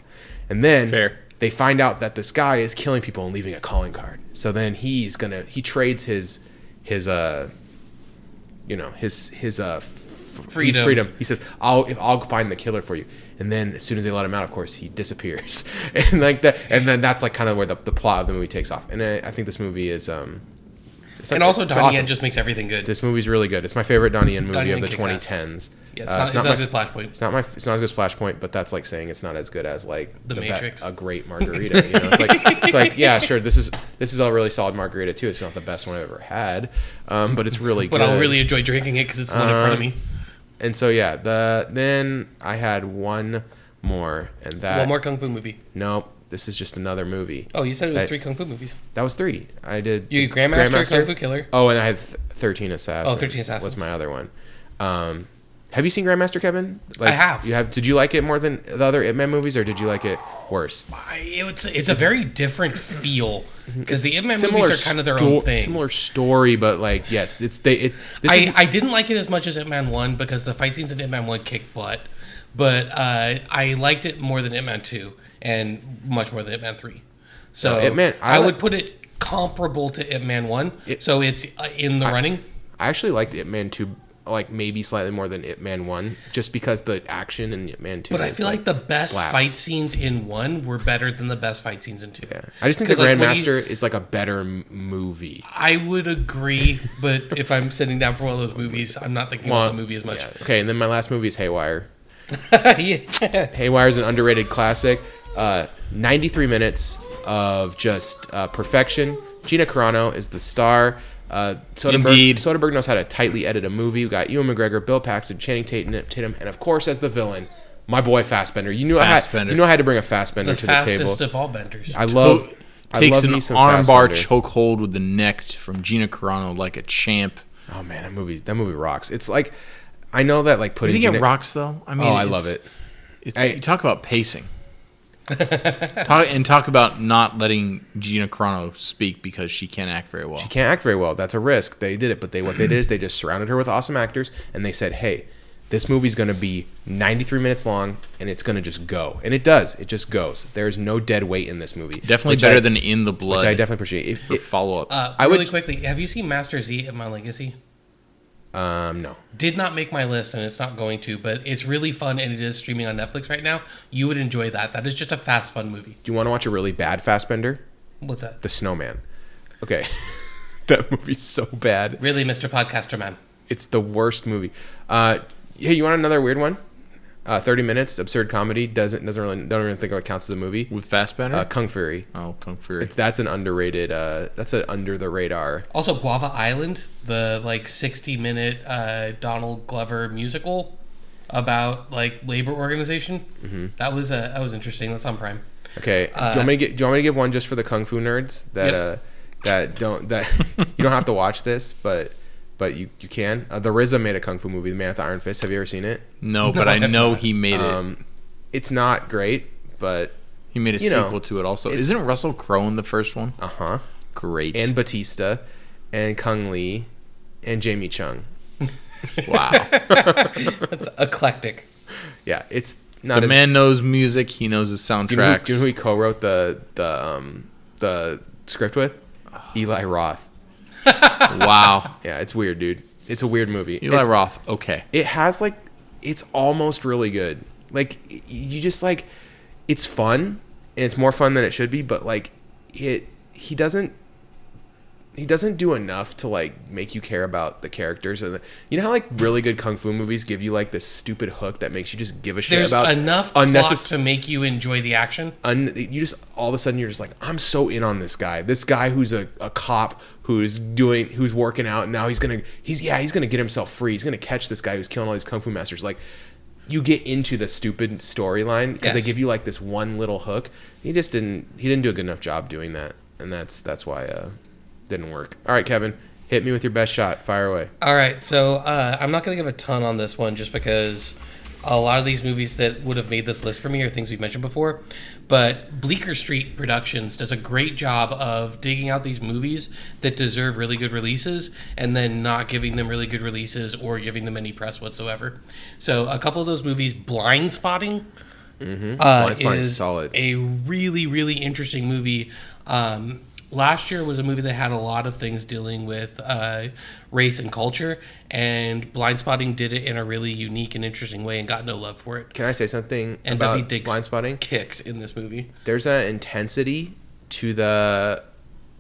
A: And then
C: Fair.
A: they find out that this guy is killing people and leaving a calling card. So then he's gonna he trades his his uh you know his his uh f-
B: Freedom.
A: his freedom. He says, "I'll if I'll find the killer for you." And then as soon as they let him out, of course, he disappears, (laughs) and like that. And then that's like kind of where the, the plot of the movie takes off. And I, I think this movie is um. it's-
B: and also
A: it's
B: Donnie Yen
A: awesome.
B: just makes everything good.
A: This movie's really good. It's my favorite Donnie Yen movie
B: Donnie Yen
A: of the
B: kicks ass.
A: 2010s.
B: yeah,
A: Uh,
B: it's
A: my,
B: not, it's not a good flashpoint.
A: it's not my. It's not as good as Flashpoint, but that's like saying it's not as good as like
B: The
A: be-
B: Matrix.
A: a great margarita. You know? It's like it's like
B: (laughs)
A: yeah, sure. This is this is a really solid margarita too. It's not the best one I've ever had, um, but it's really
B: (laughs) But
A: good.
B: I'll really enjoy drinking it because it's the one in front of
A: Uh,
B: me.
A: And so yeah, the then I had one more, and that
B: One more kung fu movie.
A: Nope, this is just another movie.
B: Oh, you said it was
A: I-
B: three kung fu movies.
A: That was three. I did.
B: You
A: the
B: Grandmaster, Kung Fu Killer.
A: Oh, and I had th- thirteen assassins.
B: Oh, 13 Assassins.
A: was my other one. Um, have you seen Grandmaster Kevin? Like,
B: I have.
A: You have. Did you like it more than the other Ip Man movies, or did you like it worse?
B: I, it's, it's a very different feel because the Ip Man movies are kind of their
A: sto-
B: own thing.
A: Similar story, but like yes, it's they. It, this
B: I,
A: is,
B: I didn't like it as much as Ip Man 1 because the fight scenes in Ip Man 1 kick butt, but uh, I liked it more than Ip Man 2 and much more than Ip Man 3. So
A: No, Ip Man- I
B: I, would
A: li-
B: put it comparable to Ip Man 1.
A: It-
B: so it's uh, in the running.
A: I actually liked Ip Man two, like maybe slightly more than Ip Man one, just because the action in Ip Man two.
B: But I
A: is,
B: feel like the best
A: slaps.
B: fight scenes in 1 were better than the best fight scenes in 2.
A: Yeah. I just think the
B: 'Cause, like, when you-
A: Grandmaster is like a better m- movie.
B: I would agree, but if I'm sitting down for one of those movies, I'm not thinking about
A: Well,
B: the movie as much.
A: yeah. Okay, and then my last movie is Haywire.
B: (laughs) Yes.
A: Haywire is an underrated classic. Uh, 93 minutes of just uh, perfection. Gina Carano is the star. Uh, Soderbergh,
C: Indeed.
A: Soderbergh knows how to tightly edit a movie. We've got Ewan McGregor, Bill Paxton, Channing Tatum, Tatum, and of course, as the villain, my boy Fassbender. You knew I had,
C: Fassbender.
A: you knew I had to bring a Fassbender
B: The
A: to the table.
B: fastest of all benders.
A: I love. I
C: takes
A: love
C: an
A: me some
C: armbar
A: Fassbender.
C: chokehold with the neck from Gina Carano like a champ.
A: Oh man, that movie. That movie rocks. It's like, I know that like
C: You
A: putting.
C: think it
A: Gina-
C: rocks though? I mean,
A: Oh, I
C: it's-
A: love it.
C: It's,
A: I-
C: you talk
A: (laughs)
C: about pacing. talk, and talk about not letting Gina Carano speak because she can't act very well.
A: She can't act very well. That's a risk. They did it, but they what they did is they just surrounded her with awesome actors and they said, "Hey, this movie's going to be 93 minutes long and it's going to just go." And it does. It just goes. There's no dead weight in this movie.
C: Definitely
A: which
C: better
A: I-
C: than in the blood.
A: which I definitely appreciate. If- if-
C: follow up.
B: Uh,
A: I
B: really
A: would-
B: quickly, have you seen Master Z at My Legacy?
A: Um, no.
B: Did not make my list, and it's not going to, but it's really fun, and it is streaming on Netflix right now. You would enjoy that. That is just a fast, fun movie.
A: Do you want to watch a really bad Fastbender?
B: What's that?
A: The Snowman. Okay. (laughs) that movie's so bad.
B: Really, Mr. Podcaster Man.
A: It's the worst movie. Uh, hey, you want another weird one? Uh, Thirty minutes, absurd comedy doesn't doesn't really don't even think it counts as a movie.
C: With Fastbender?
A: Uh, Kung Fury.
C: oh, Kung Fury.
A: It's, that's an underrated. Uh, that's an under the radar.
B: Also, Guava Island, the like 60 minute uh, Donald Glover musical about like labor organization.
A: Mm-hmm.
B: That was uh, that was interesting. That's on Prime.
A: Okay.
C: Uh,
A: do you want me to get? Do you want me to give one just for the kung fu nerds that
B: Yep.
A: uh that don't
C: (laughs)
A: that you don't have to watch this, but but you you can. Uh, the RZA made a kung fu movie, The Man with the Iron Fist. Have you ever seen it? (laughs)
C: no, but
B: No,
C: I
B: I've
C: know
B: not.
C: he made it.
A: Um, it's not great, but
C: He made a
A: you know,
C: sequel to it also.
A: it's-
C: Isn't Russell Crowe in the first one?
A: uh huh.
C: Great.
A: And Batista, and Kung Lee, and Jamie Chung. (laughs)
C: wow.
B: That's eclectic.
A: Yeah, it's not
C: the
A: as.
C: man knows music. He knows his
A: do, you know who,
C: soundtracks.
A: do you know who he co-wrote the the um the script with? Eli Roth.
C: (laughs)
A: (laughs)
C: wow.
A: Yeah, it's weird, dude. It's a weird movie.
C: Eli
A: It's-
C: Roth. Okay.
A: it has like it's almost really good like y- you just like it's fun and it's more fun than it should be but like it he doesn't he doesn't do enough to like make you care about the characters and the, you know how like really good kung fu movies give you like this stupid hook that makes you just give a shit
B: There's
A: about
B: enough
A: unnecess-
B: plot to make you enjoy the action.
A: un- you just all of a sudden you're just like i'm so in on this guy this guy who's a, a cop who's doing who's working out and now he's gonna he's yeah he's gonna get himself free he's gonna catch this guy who's killing all these kung fu masters like you get into the stupid storyline because they
B: Yes.
A: give you like this one little hook he just didn't he didn't do a good enough job doing that and that's that's why uh didn't work all right kevin hit me with your best shot fire away
B: All right, so uh, I'm not going to give a ton on this one just because a lot of these movies that would have made this list for me are things we've mentioned before. But Bleecker Street Productions does a great job of digging out these movies that deserve really good releases and then not giving them really good releases or giving them any press whatsoever. So a couple of those movies, Blind Spotting, uh,
A: Blind Spotting is
B: is
A: solid.
B: a really really interesting movie. Um, last year was a movie that had a lot of things dealing with uh, race and culture, and Blind Spotting did it in a really unique and interesting way and got no love for it.
A: can i say something
B: And
A: about
B: Dudley Diggs
A: blind spotting
B: kicks in this movie.
A: there's an intensity to the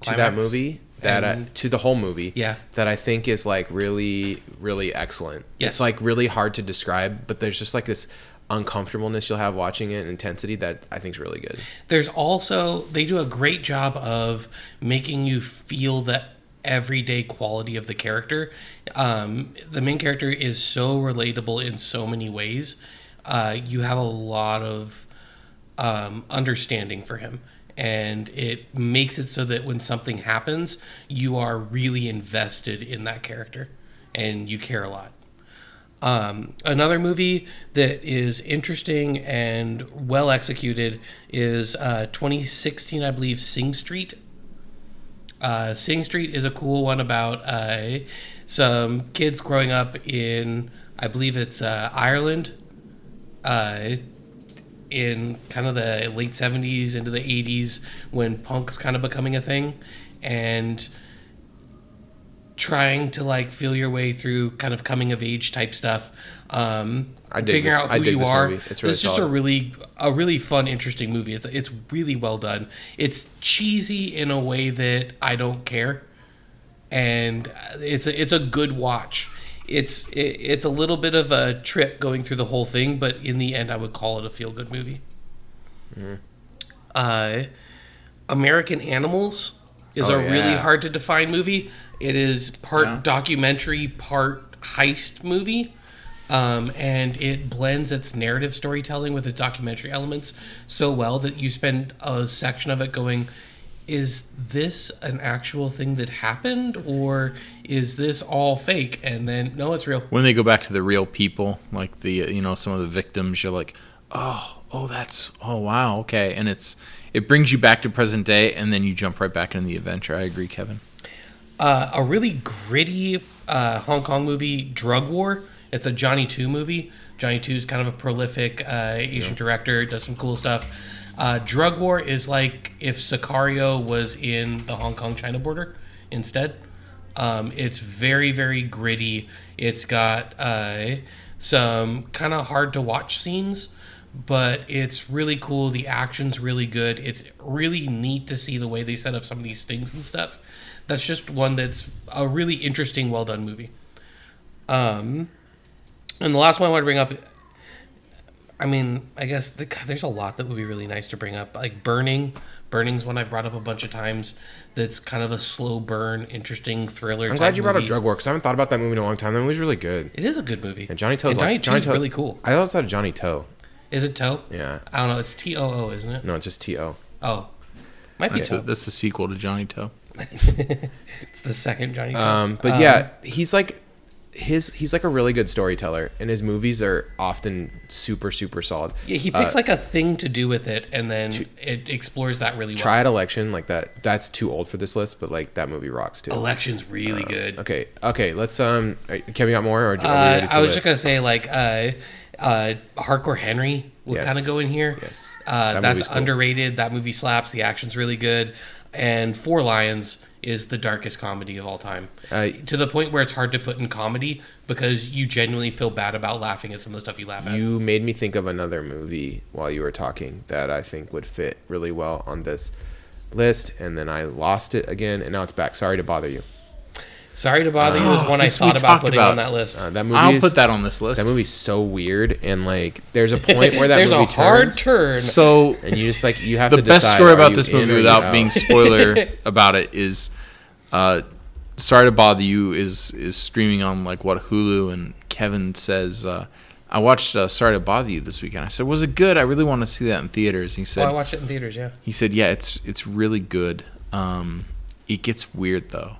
A: to that
B: Climax.
A: movie that I,
B: And-
A: to the whole movie
B: Yeah.
A: that I think is like really really excellent.
B: Yes.
A: It's like really hard to describe, but there's just like this uncomfortableness you'll have watching it and intensity that I think is really good.
B: There's also they do a great job of making you feel the everyday quality of the character. Um, the main character is so relatable in so many ways. Uh, you have a lot of um, understanding for him, and it makes it so that when something happens, you are really invested in that character, and you care a lot. Um, another movie that is interesting and well executed is uh, 2016, I believe, Sing Street. Uh, Sing Street is a cool one about uh, some kids growing up in, I believe it's uh, Ireland, uh, in kind of the late 70s into the 80s when punk's kind of becoming a thing. And trying to like feel your way through kind of coming of age type stuff. Um,
A: I dig
B: figuring
A: this-
B: out who
A: I dig
B: you
A: this
B: are.
A: movie. It's really
B: just a
A: solid.
B: really a really fun, interesting movie. It's it's really well done. It's cheesy in a way that I don't care, and uh, it's a, it's a good watch. It's it, it's a little bit of a trip going through the whole thing, but in the end, I would call it a feel good movie. Uh, American Animals is
A: Oh,
B: a really
A: yeah.
B: hard to define movie. It is part
C: Yeah.
B: documentary, part heist movie. Um, and it blends its narrative storytelling with its documentary elements so well that you spend a section of it going, is this an actual thing that happened or is this all fake? And then, no, it's real.
C: When they go back to the real people, like the uh, you know some of the victims, you're like, oh, oh, that's oh wow, okay, and it's it brings you back to present day, and then you jump right back into the adventure. I agree, Kevin.
B: uh, a really gritty uh, Hong Kong movie, Drug War. It's a Johnny Two movie. Johnny Two is kind of a prolific uh, Asian director, does some cool stuff. Uh, Drug War is like if Sicario was in the Hong Kong China border instead. Um, it's very, very gritty. It's got uh, some kind of hard to watch scenes, but it's really cool. The action's really good. It's really neat to see the way they set up some of these stings and stuff. That's just one that's a really interesting, well done movie. Um, and the last one I want to bring up, I mean, I guess the, God, there's a lot that would be really nice to bring up. Like Burning, Burning's one I've brought up a bunch of times. That's kind of a slow burn, interesting thriller.
A: I'm
B: type
A: glad you brought up
B: movie.
A: Drug War because I haven't thought about that movie in a long time. That movie's really good.
B: It is a good movie.
A: And Johnny Toe's
B: Johnny
A: like Johnny
B: Toe's
A: Toe-
B: really cool.
A: I always thought of Johnny Toe.
B: Is it Toe?
A: Yeah. Mm.
B: I don't know. It's T O O, isn't it?
A: No, it's just T O.
B: Oh, might be
C: That's,
B: Toe.
C: a, that's the sequel to Johnny Toe.
B: it's the second Johnny Toe.
A: Um, but yeah, he's like his he's like a really good storyteller, and his movies are often super super solid.
B: Yeah, he
A: Uh,
B: picks like a thing to do with it, and then it explores that really well.
A: Triad Election, like that. That's too old for this list, but like that movie rocks
C: Oh.
A: too.
B: Election's
A: Uh,
B: really good.
A: Okay, okay. Let's um. uh, Kevin got more, or do- are we
B: Uh,
A: ready to
B: I was
A: list?
B: just gonna say like uh, uh, Hardcore Henry would
A: Yes.
B: kind of go in here.
A: Yes.
B: uh,
A: That
B: that's
A: movie's cool.
B: underrated. That movie slaps. The action's really good, and Four Lions is the darkest comedy of all time.
A: Uh,
B: to the point where it's hard to put in comedy because you genuinely feel bad about laughing at some of the stuff you laugh at.
A: You made me think of another movie while you were talking that I think would fit really well on this list, and then I lost it again, and now it's back. Sorry to bother you.
B: Sorry to bother you is
A: (gasps)
B: one I
C: this we
B: thought about
C: talked
B: putting
C: about.
B: on that list.
A: Uh, that movie.
C: I'll
A: is-
C: put that on this list.
A: That movie's so weird, and like, there's a point
C: (laughs)
A: where that
B: There's
A: movie
B: a hard
A: turns,
B: turn.
C: So
A: and you just like you have
C: the
A: to
C: best
A: decide,
C: story
A: are
C: about
A: you
C: this
A: in or
C: movie
A: you
C: without
A: out?
C: being spoiler (laughs) about it is uh sorry to bother you is is streaming on like what hulu and kevin says uh i watched uh, sorry to bother you this weekend i said was it good i really want to see that in theaters he
B: oh,
C: said
B: I watched it in theaters. Yeah.
C: he said yeah it's it's really good um it gets weird though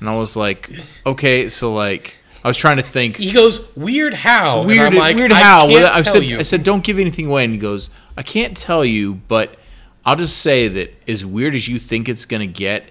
C: and i was like okay so like i was trying to think
B: He goes weird how and
C: weird,
B: I'm like,
C: weird
B: I
C: how.
B: can't
C: I've
B: tell
C: said,
B: you.
C: I said, don't give anything away, and he goes, I can't tell you, but I'll just say that as weird as you think it's gonna get,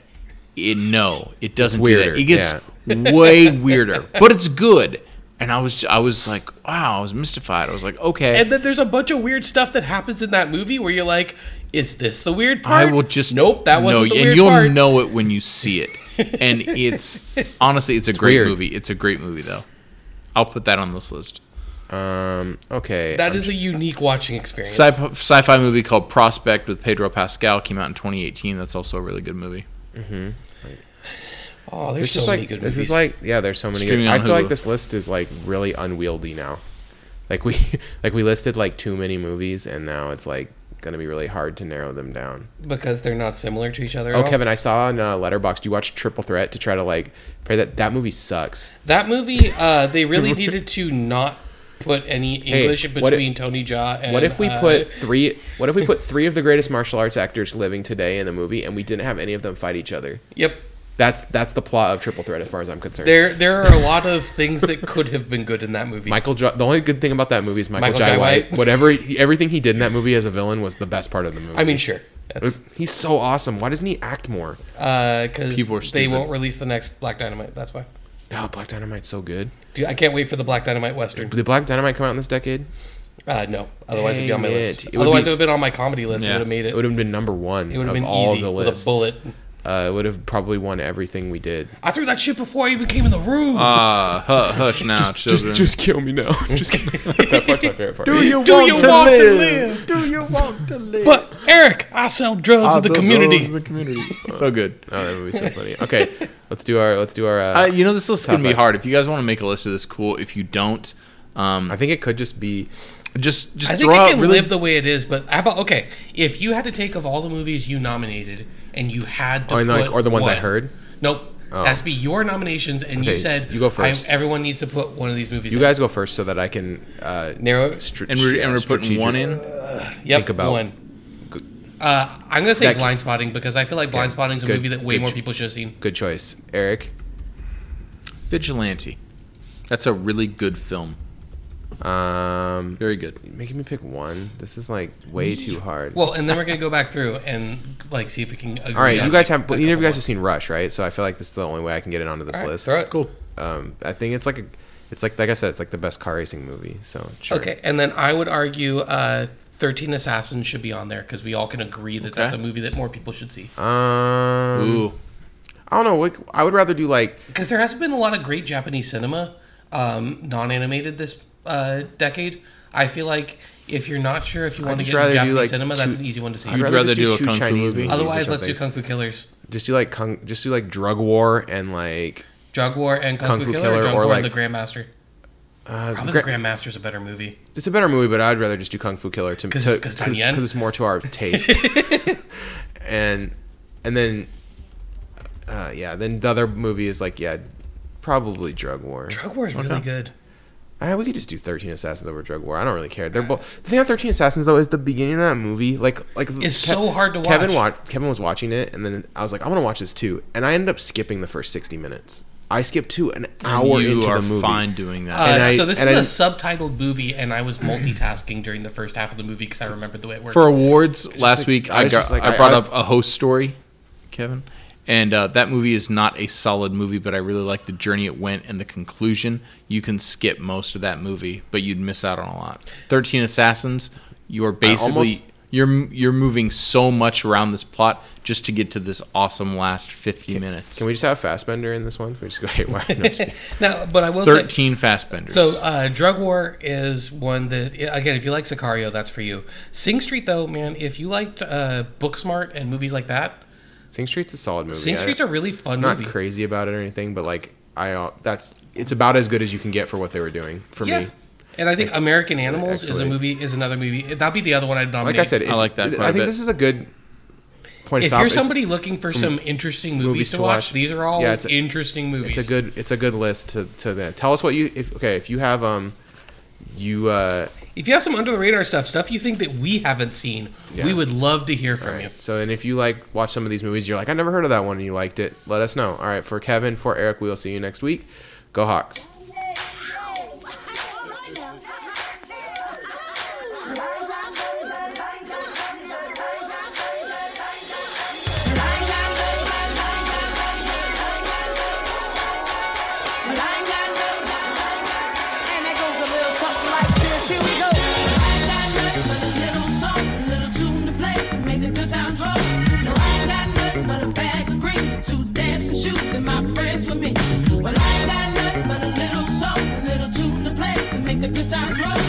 C: it no, it doesn't. do
A: weirder,
C: that. It gets
A: (laughs)
C: way weirder, but it's good. And I was, I was like, wow, I was mystified. I was like, okay,
B: And then there's a bunch of weird stuff that happens in that movie where you're like, is this the weird
C: I
B: part?
C: will just
B: Nope, that wasn't
C: no,
B: the
C: and
B: weird
C: you'll
B: part.
C: know it when you see it. And
B: (laughs)
C: it's honestly, it's a great
A: weird.
C: movie. It's a great movie though. I'll put that on this list.
A: Um. Okay.
B: That is a unique watching experience.
C: Sci- sci-fi movie called Prospect with Pedro Pascal came out in 2018. That's also a really good movie.
B: oh, there's
A: It's
B: so
A: just
B: many
A: like
B: good
A: this
B: movies.
A: is like yeah. There's so many. Good,
C: Streaming
A: I
C: on
A: feel like
C: Hulu.
A: this list is like really unwieldy now. Like we (laughs) like we listed like too many movies, and now it's like gonna be really hard to narrow them down.
B: because they're not similar to each other.
A: Oh,
B: at all.
A: Kevin, I saw on uh, Letterboxd you watched Triple Threat to try to like pray that that movie sucks.
B: That movie, uh,
A: (laughs)
B: they really needed to not put any English
A: what
B: between
A: if-
B: Tony Jaa and.
A: What if we
B: uh,
A: put three? What
B: (laughs)
A: if we put three of the greatest martial arts actors living today in the movie, and we didn't have any of them fight each other?
B: Yep.
A: That's that's the plot of Triple Threat, as far as I'm concerned.
B: There, there are a lot of things that could have been good in that movie.
A: Michael, J- the only good thing about that movie is Michael,
B: Michael
A: Jai,
B: Jai
A: White.
B: White.
A: Whatever, he- everything he did in that movie as a villain was the best part of the movie.
B: I mean, sure. That's
A: he's so awesome. Why doesn't he act more?
B: because
C: People are
B: they
C: stupid.
B: won't release the next Black Dynamite. That's why.
A: Oh, Black Dynamite's so good.
B: Dude, I can't wait for the Black Dynamite Western.
A: Did Black Dynamite come out in this decade?
B: Uh, no, otherwise it'd be on my
A: Dang it.
B: list.
A: It would
B: otherwise
A: be-
B: it would have been on my comedy list. It
C: Yeah.
B: would have made
A: It
B: it.
A: would have been number one
B: It would
A: of
B: have been
A: all
B: easy
A: the
B: with
A: lists.
B: a bullet.
A: Uh, it would have probably won everything we did.
B: I threw that shit before I even came in the room.
A: Uh,
C: Ah, hu- hush now, children.
A: kill me now. (laughs) just kill
C: (laughs)
A: me. Oh, that part's my favorite part.
D: you
B: Do you want to live?
D: Do you want
B: (laughs)
D: to live?
B: but Eric, I sell
A: Ah,
B: drugs to the community.
D: The community.
C: (laughs) so good.
A: Oh, that movie's so funny. Okay, let's do our let's do our. Uh,
C: Uh, you know, this list is
A: Top
C: gonna be
A: five.
C: hard. If you guys want to make a list of this, cool. If you don't, um,
A: I think it could just be
C: just just
B: I think
C: throw
B: it
C: out
B: can
C: really.
B: live the way it is, but how about okay? If you had to take of all the movies you nominated and you had to,
A: Oh, and like-
B: put
A: or the ones I
B: one-
A: heard? Oh.
B: Nope, it has to be your nominations, and you
A: Okay,
B: said
A: you go first.
B: I, everyone needs to put one of these movies.
A: you
B: in.
A: guys go first so that I can uh,
B: narrow.
A: str-
C: and we're,
A: yeah,
C: and we're putting
A: strategic-
C: one in.
B: Yep,
A: think about-
B: one. Uh, I'm gonna say
A: That-
B: blind spotting because I feel like blind spotting is a
A: good-
B: movie that way
A: good
B: more
A: ch-
B: people should have seen.
A: Good choice, Eric.
C: Vigilante. That's a really good film.
A: Um,
C: Very good.
A: You're making me pick one. This is like way too hard.
B: Well, and then we're gonna go back through and like see if we can. Agree
A: All right,
B: on
A: you guys
B: a
A: have neither of
B: couple
A: you guys
B: more.
A: have seen Rush, right? So I feel like this is the only way I can get it onto this
B: All right,
A: list.
B: throw it.
C: Cool.
A: Um, I think it's like a, it's like like I said, it's like the best car racing movie. So sure.
B: Okay, and then I would argue uh, 13 Assassins should be on there because we all can agree that that's a
C: Okay.
B: movie that more people should see.
A: Um,
C: Ooh,
A: I don't know. Like, I would rather do like
B: because there hasn't been a lot of great Japanese cinema, um, non-animated this uh, decade. I feel like if you're not sure if you want to
A: just
B: get into
A: rather do,
B: Japanese
A: like,
B: cinema,
A: two-
B: that's an easy one to see.
A: I'd
C: You'd
A: rather,
C: rather
A: just do,
C: do a
A: two
C: kung fu
A: Chinese
C: movie.
A: movies. or
B: Otherwise, let's do
A: something.
B: Kung Fu Killers,
A: just do like kung, just do like drug war and like
B: Drug War, and Kung, Fu, Killer, or, Drug War and the Grandmaster.
A: uh,
B: Probably
A: gra-
B: the Grandmaster's a better movie.
A: It's a better movie, but I'd rather just do Kung Fu Killer to
B: 'Cause-
A: to-
B: 'cause
A: 'cause-
B: Donnie Yen?
A: 'cause it's more to
B: (laughs)
A: our taste. and and then uh, yeah, then the other movie is like yeah, probably Drug War.
B: Drug War is really
A: Okay.
B: good.
A: Ah, we could just do Thirteen Assassins over Drug War. I don't really care. They're both. The thing on Thirteen Assassins though is the beginning of that movie, like like
B: It's so hard to
A: Kevin
B: watch.
A: wa- Kevin was watching it, and then I was like, I'm gonna watch this too, and I ended up skipping the first sixty minutes. I skipped to an hour
C: you
A: into
C: are
A: the movie.
C: fine doing that.
B: Uh,
A: And I-
B: so this is
A: and
B: a
A: I
B: subtitled movie, and I was multitasking during the first half of the movie because I remembered the way it worked.
C: for awards last
A: like-
C: week,
A: I
C: I,
A: was
C: got,
A: just like,
C: I
A: I-
C: brought
A: I've-
C: up a host story, Kevin, and uh, that movie is not a solid movie, but I really like the journey it went and the conclusion. You can skip most of that movie, but you'd miss out on a lot. Thirteen Assassins, you're basically
A: almost-
C: you're you're moving so much around this plot just to get to this awesome last fifty minutes.
A: Can we just have Fastbender in this one? Can we just go (laughs) haywire? No, I'm just
B: (laughs)
A: kidding.
B: now, but I will say,
C: Thirteen Fastbenders.
B: So, uh, Drug War is one that, again, if you like Sicario, that's for you. Sing Street, though, man, if you liked uh, Booksmart and movies like that,
A: Sing Street's a solid movie.
B: Sing
A: I-
B: Street's a really fun
A: I'm Oh, not
B: movie.
A: crazy about it or anything, but like I uh, that's it's about as good as you can get for what they were doing for
B: yeah.
A: me.
B: And I think American Animals is a
A: Excellent.
B: movie, is another movie. That'd be the other one I'd nominate.
A: Like I said,
C: I
A: if-
C: like that quite
A: I
C: a
A: think
C: bit.
A: this is a good point.
B: if
A: stop.
B: you're
A: It's-
B: somebody looking for some interesting movies, to,
A: to
B: watch,
A: watch,
B: these are all
A: yeah, it's a-
B: interesting movies.
A: It's a good it's a good list to to that. Tell us what you if okay if you have um you uh
B: if you have some under the radar stuff, stuff you think that we haven't seen,
A: Yeah.
B: we would love to hear from you.
A: so and if you like watch some of these movies you're like I never heard of that one and you liked it let us know. All right for Kevin for Eric we'll see you next week. Go Hawks.
E: And that goes a little something like this. Here we go. Well, I ain't got nothing but a little soul, a little tune to play to make the good times roll.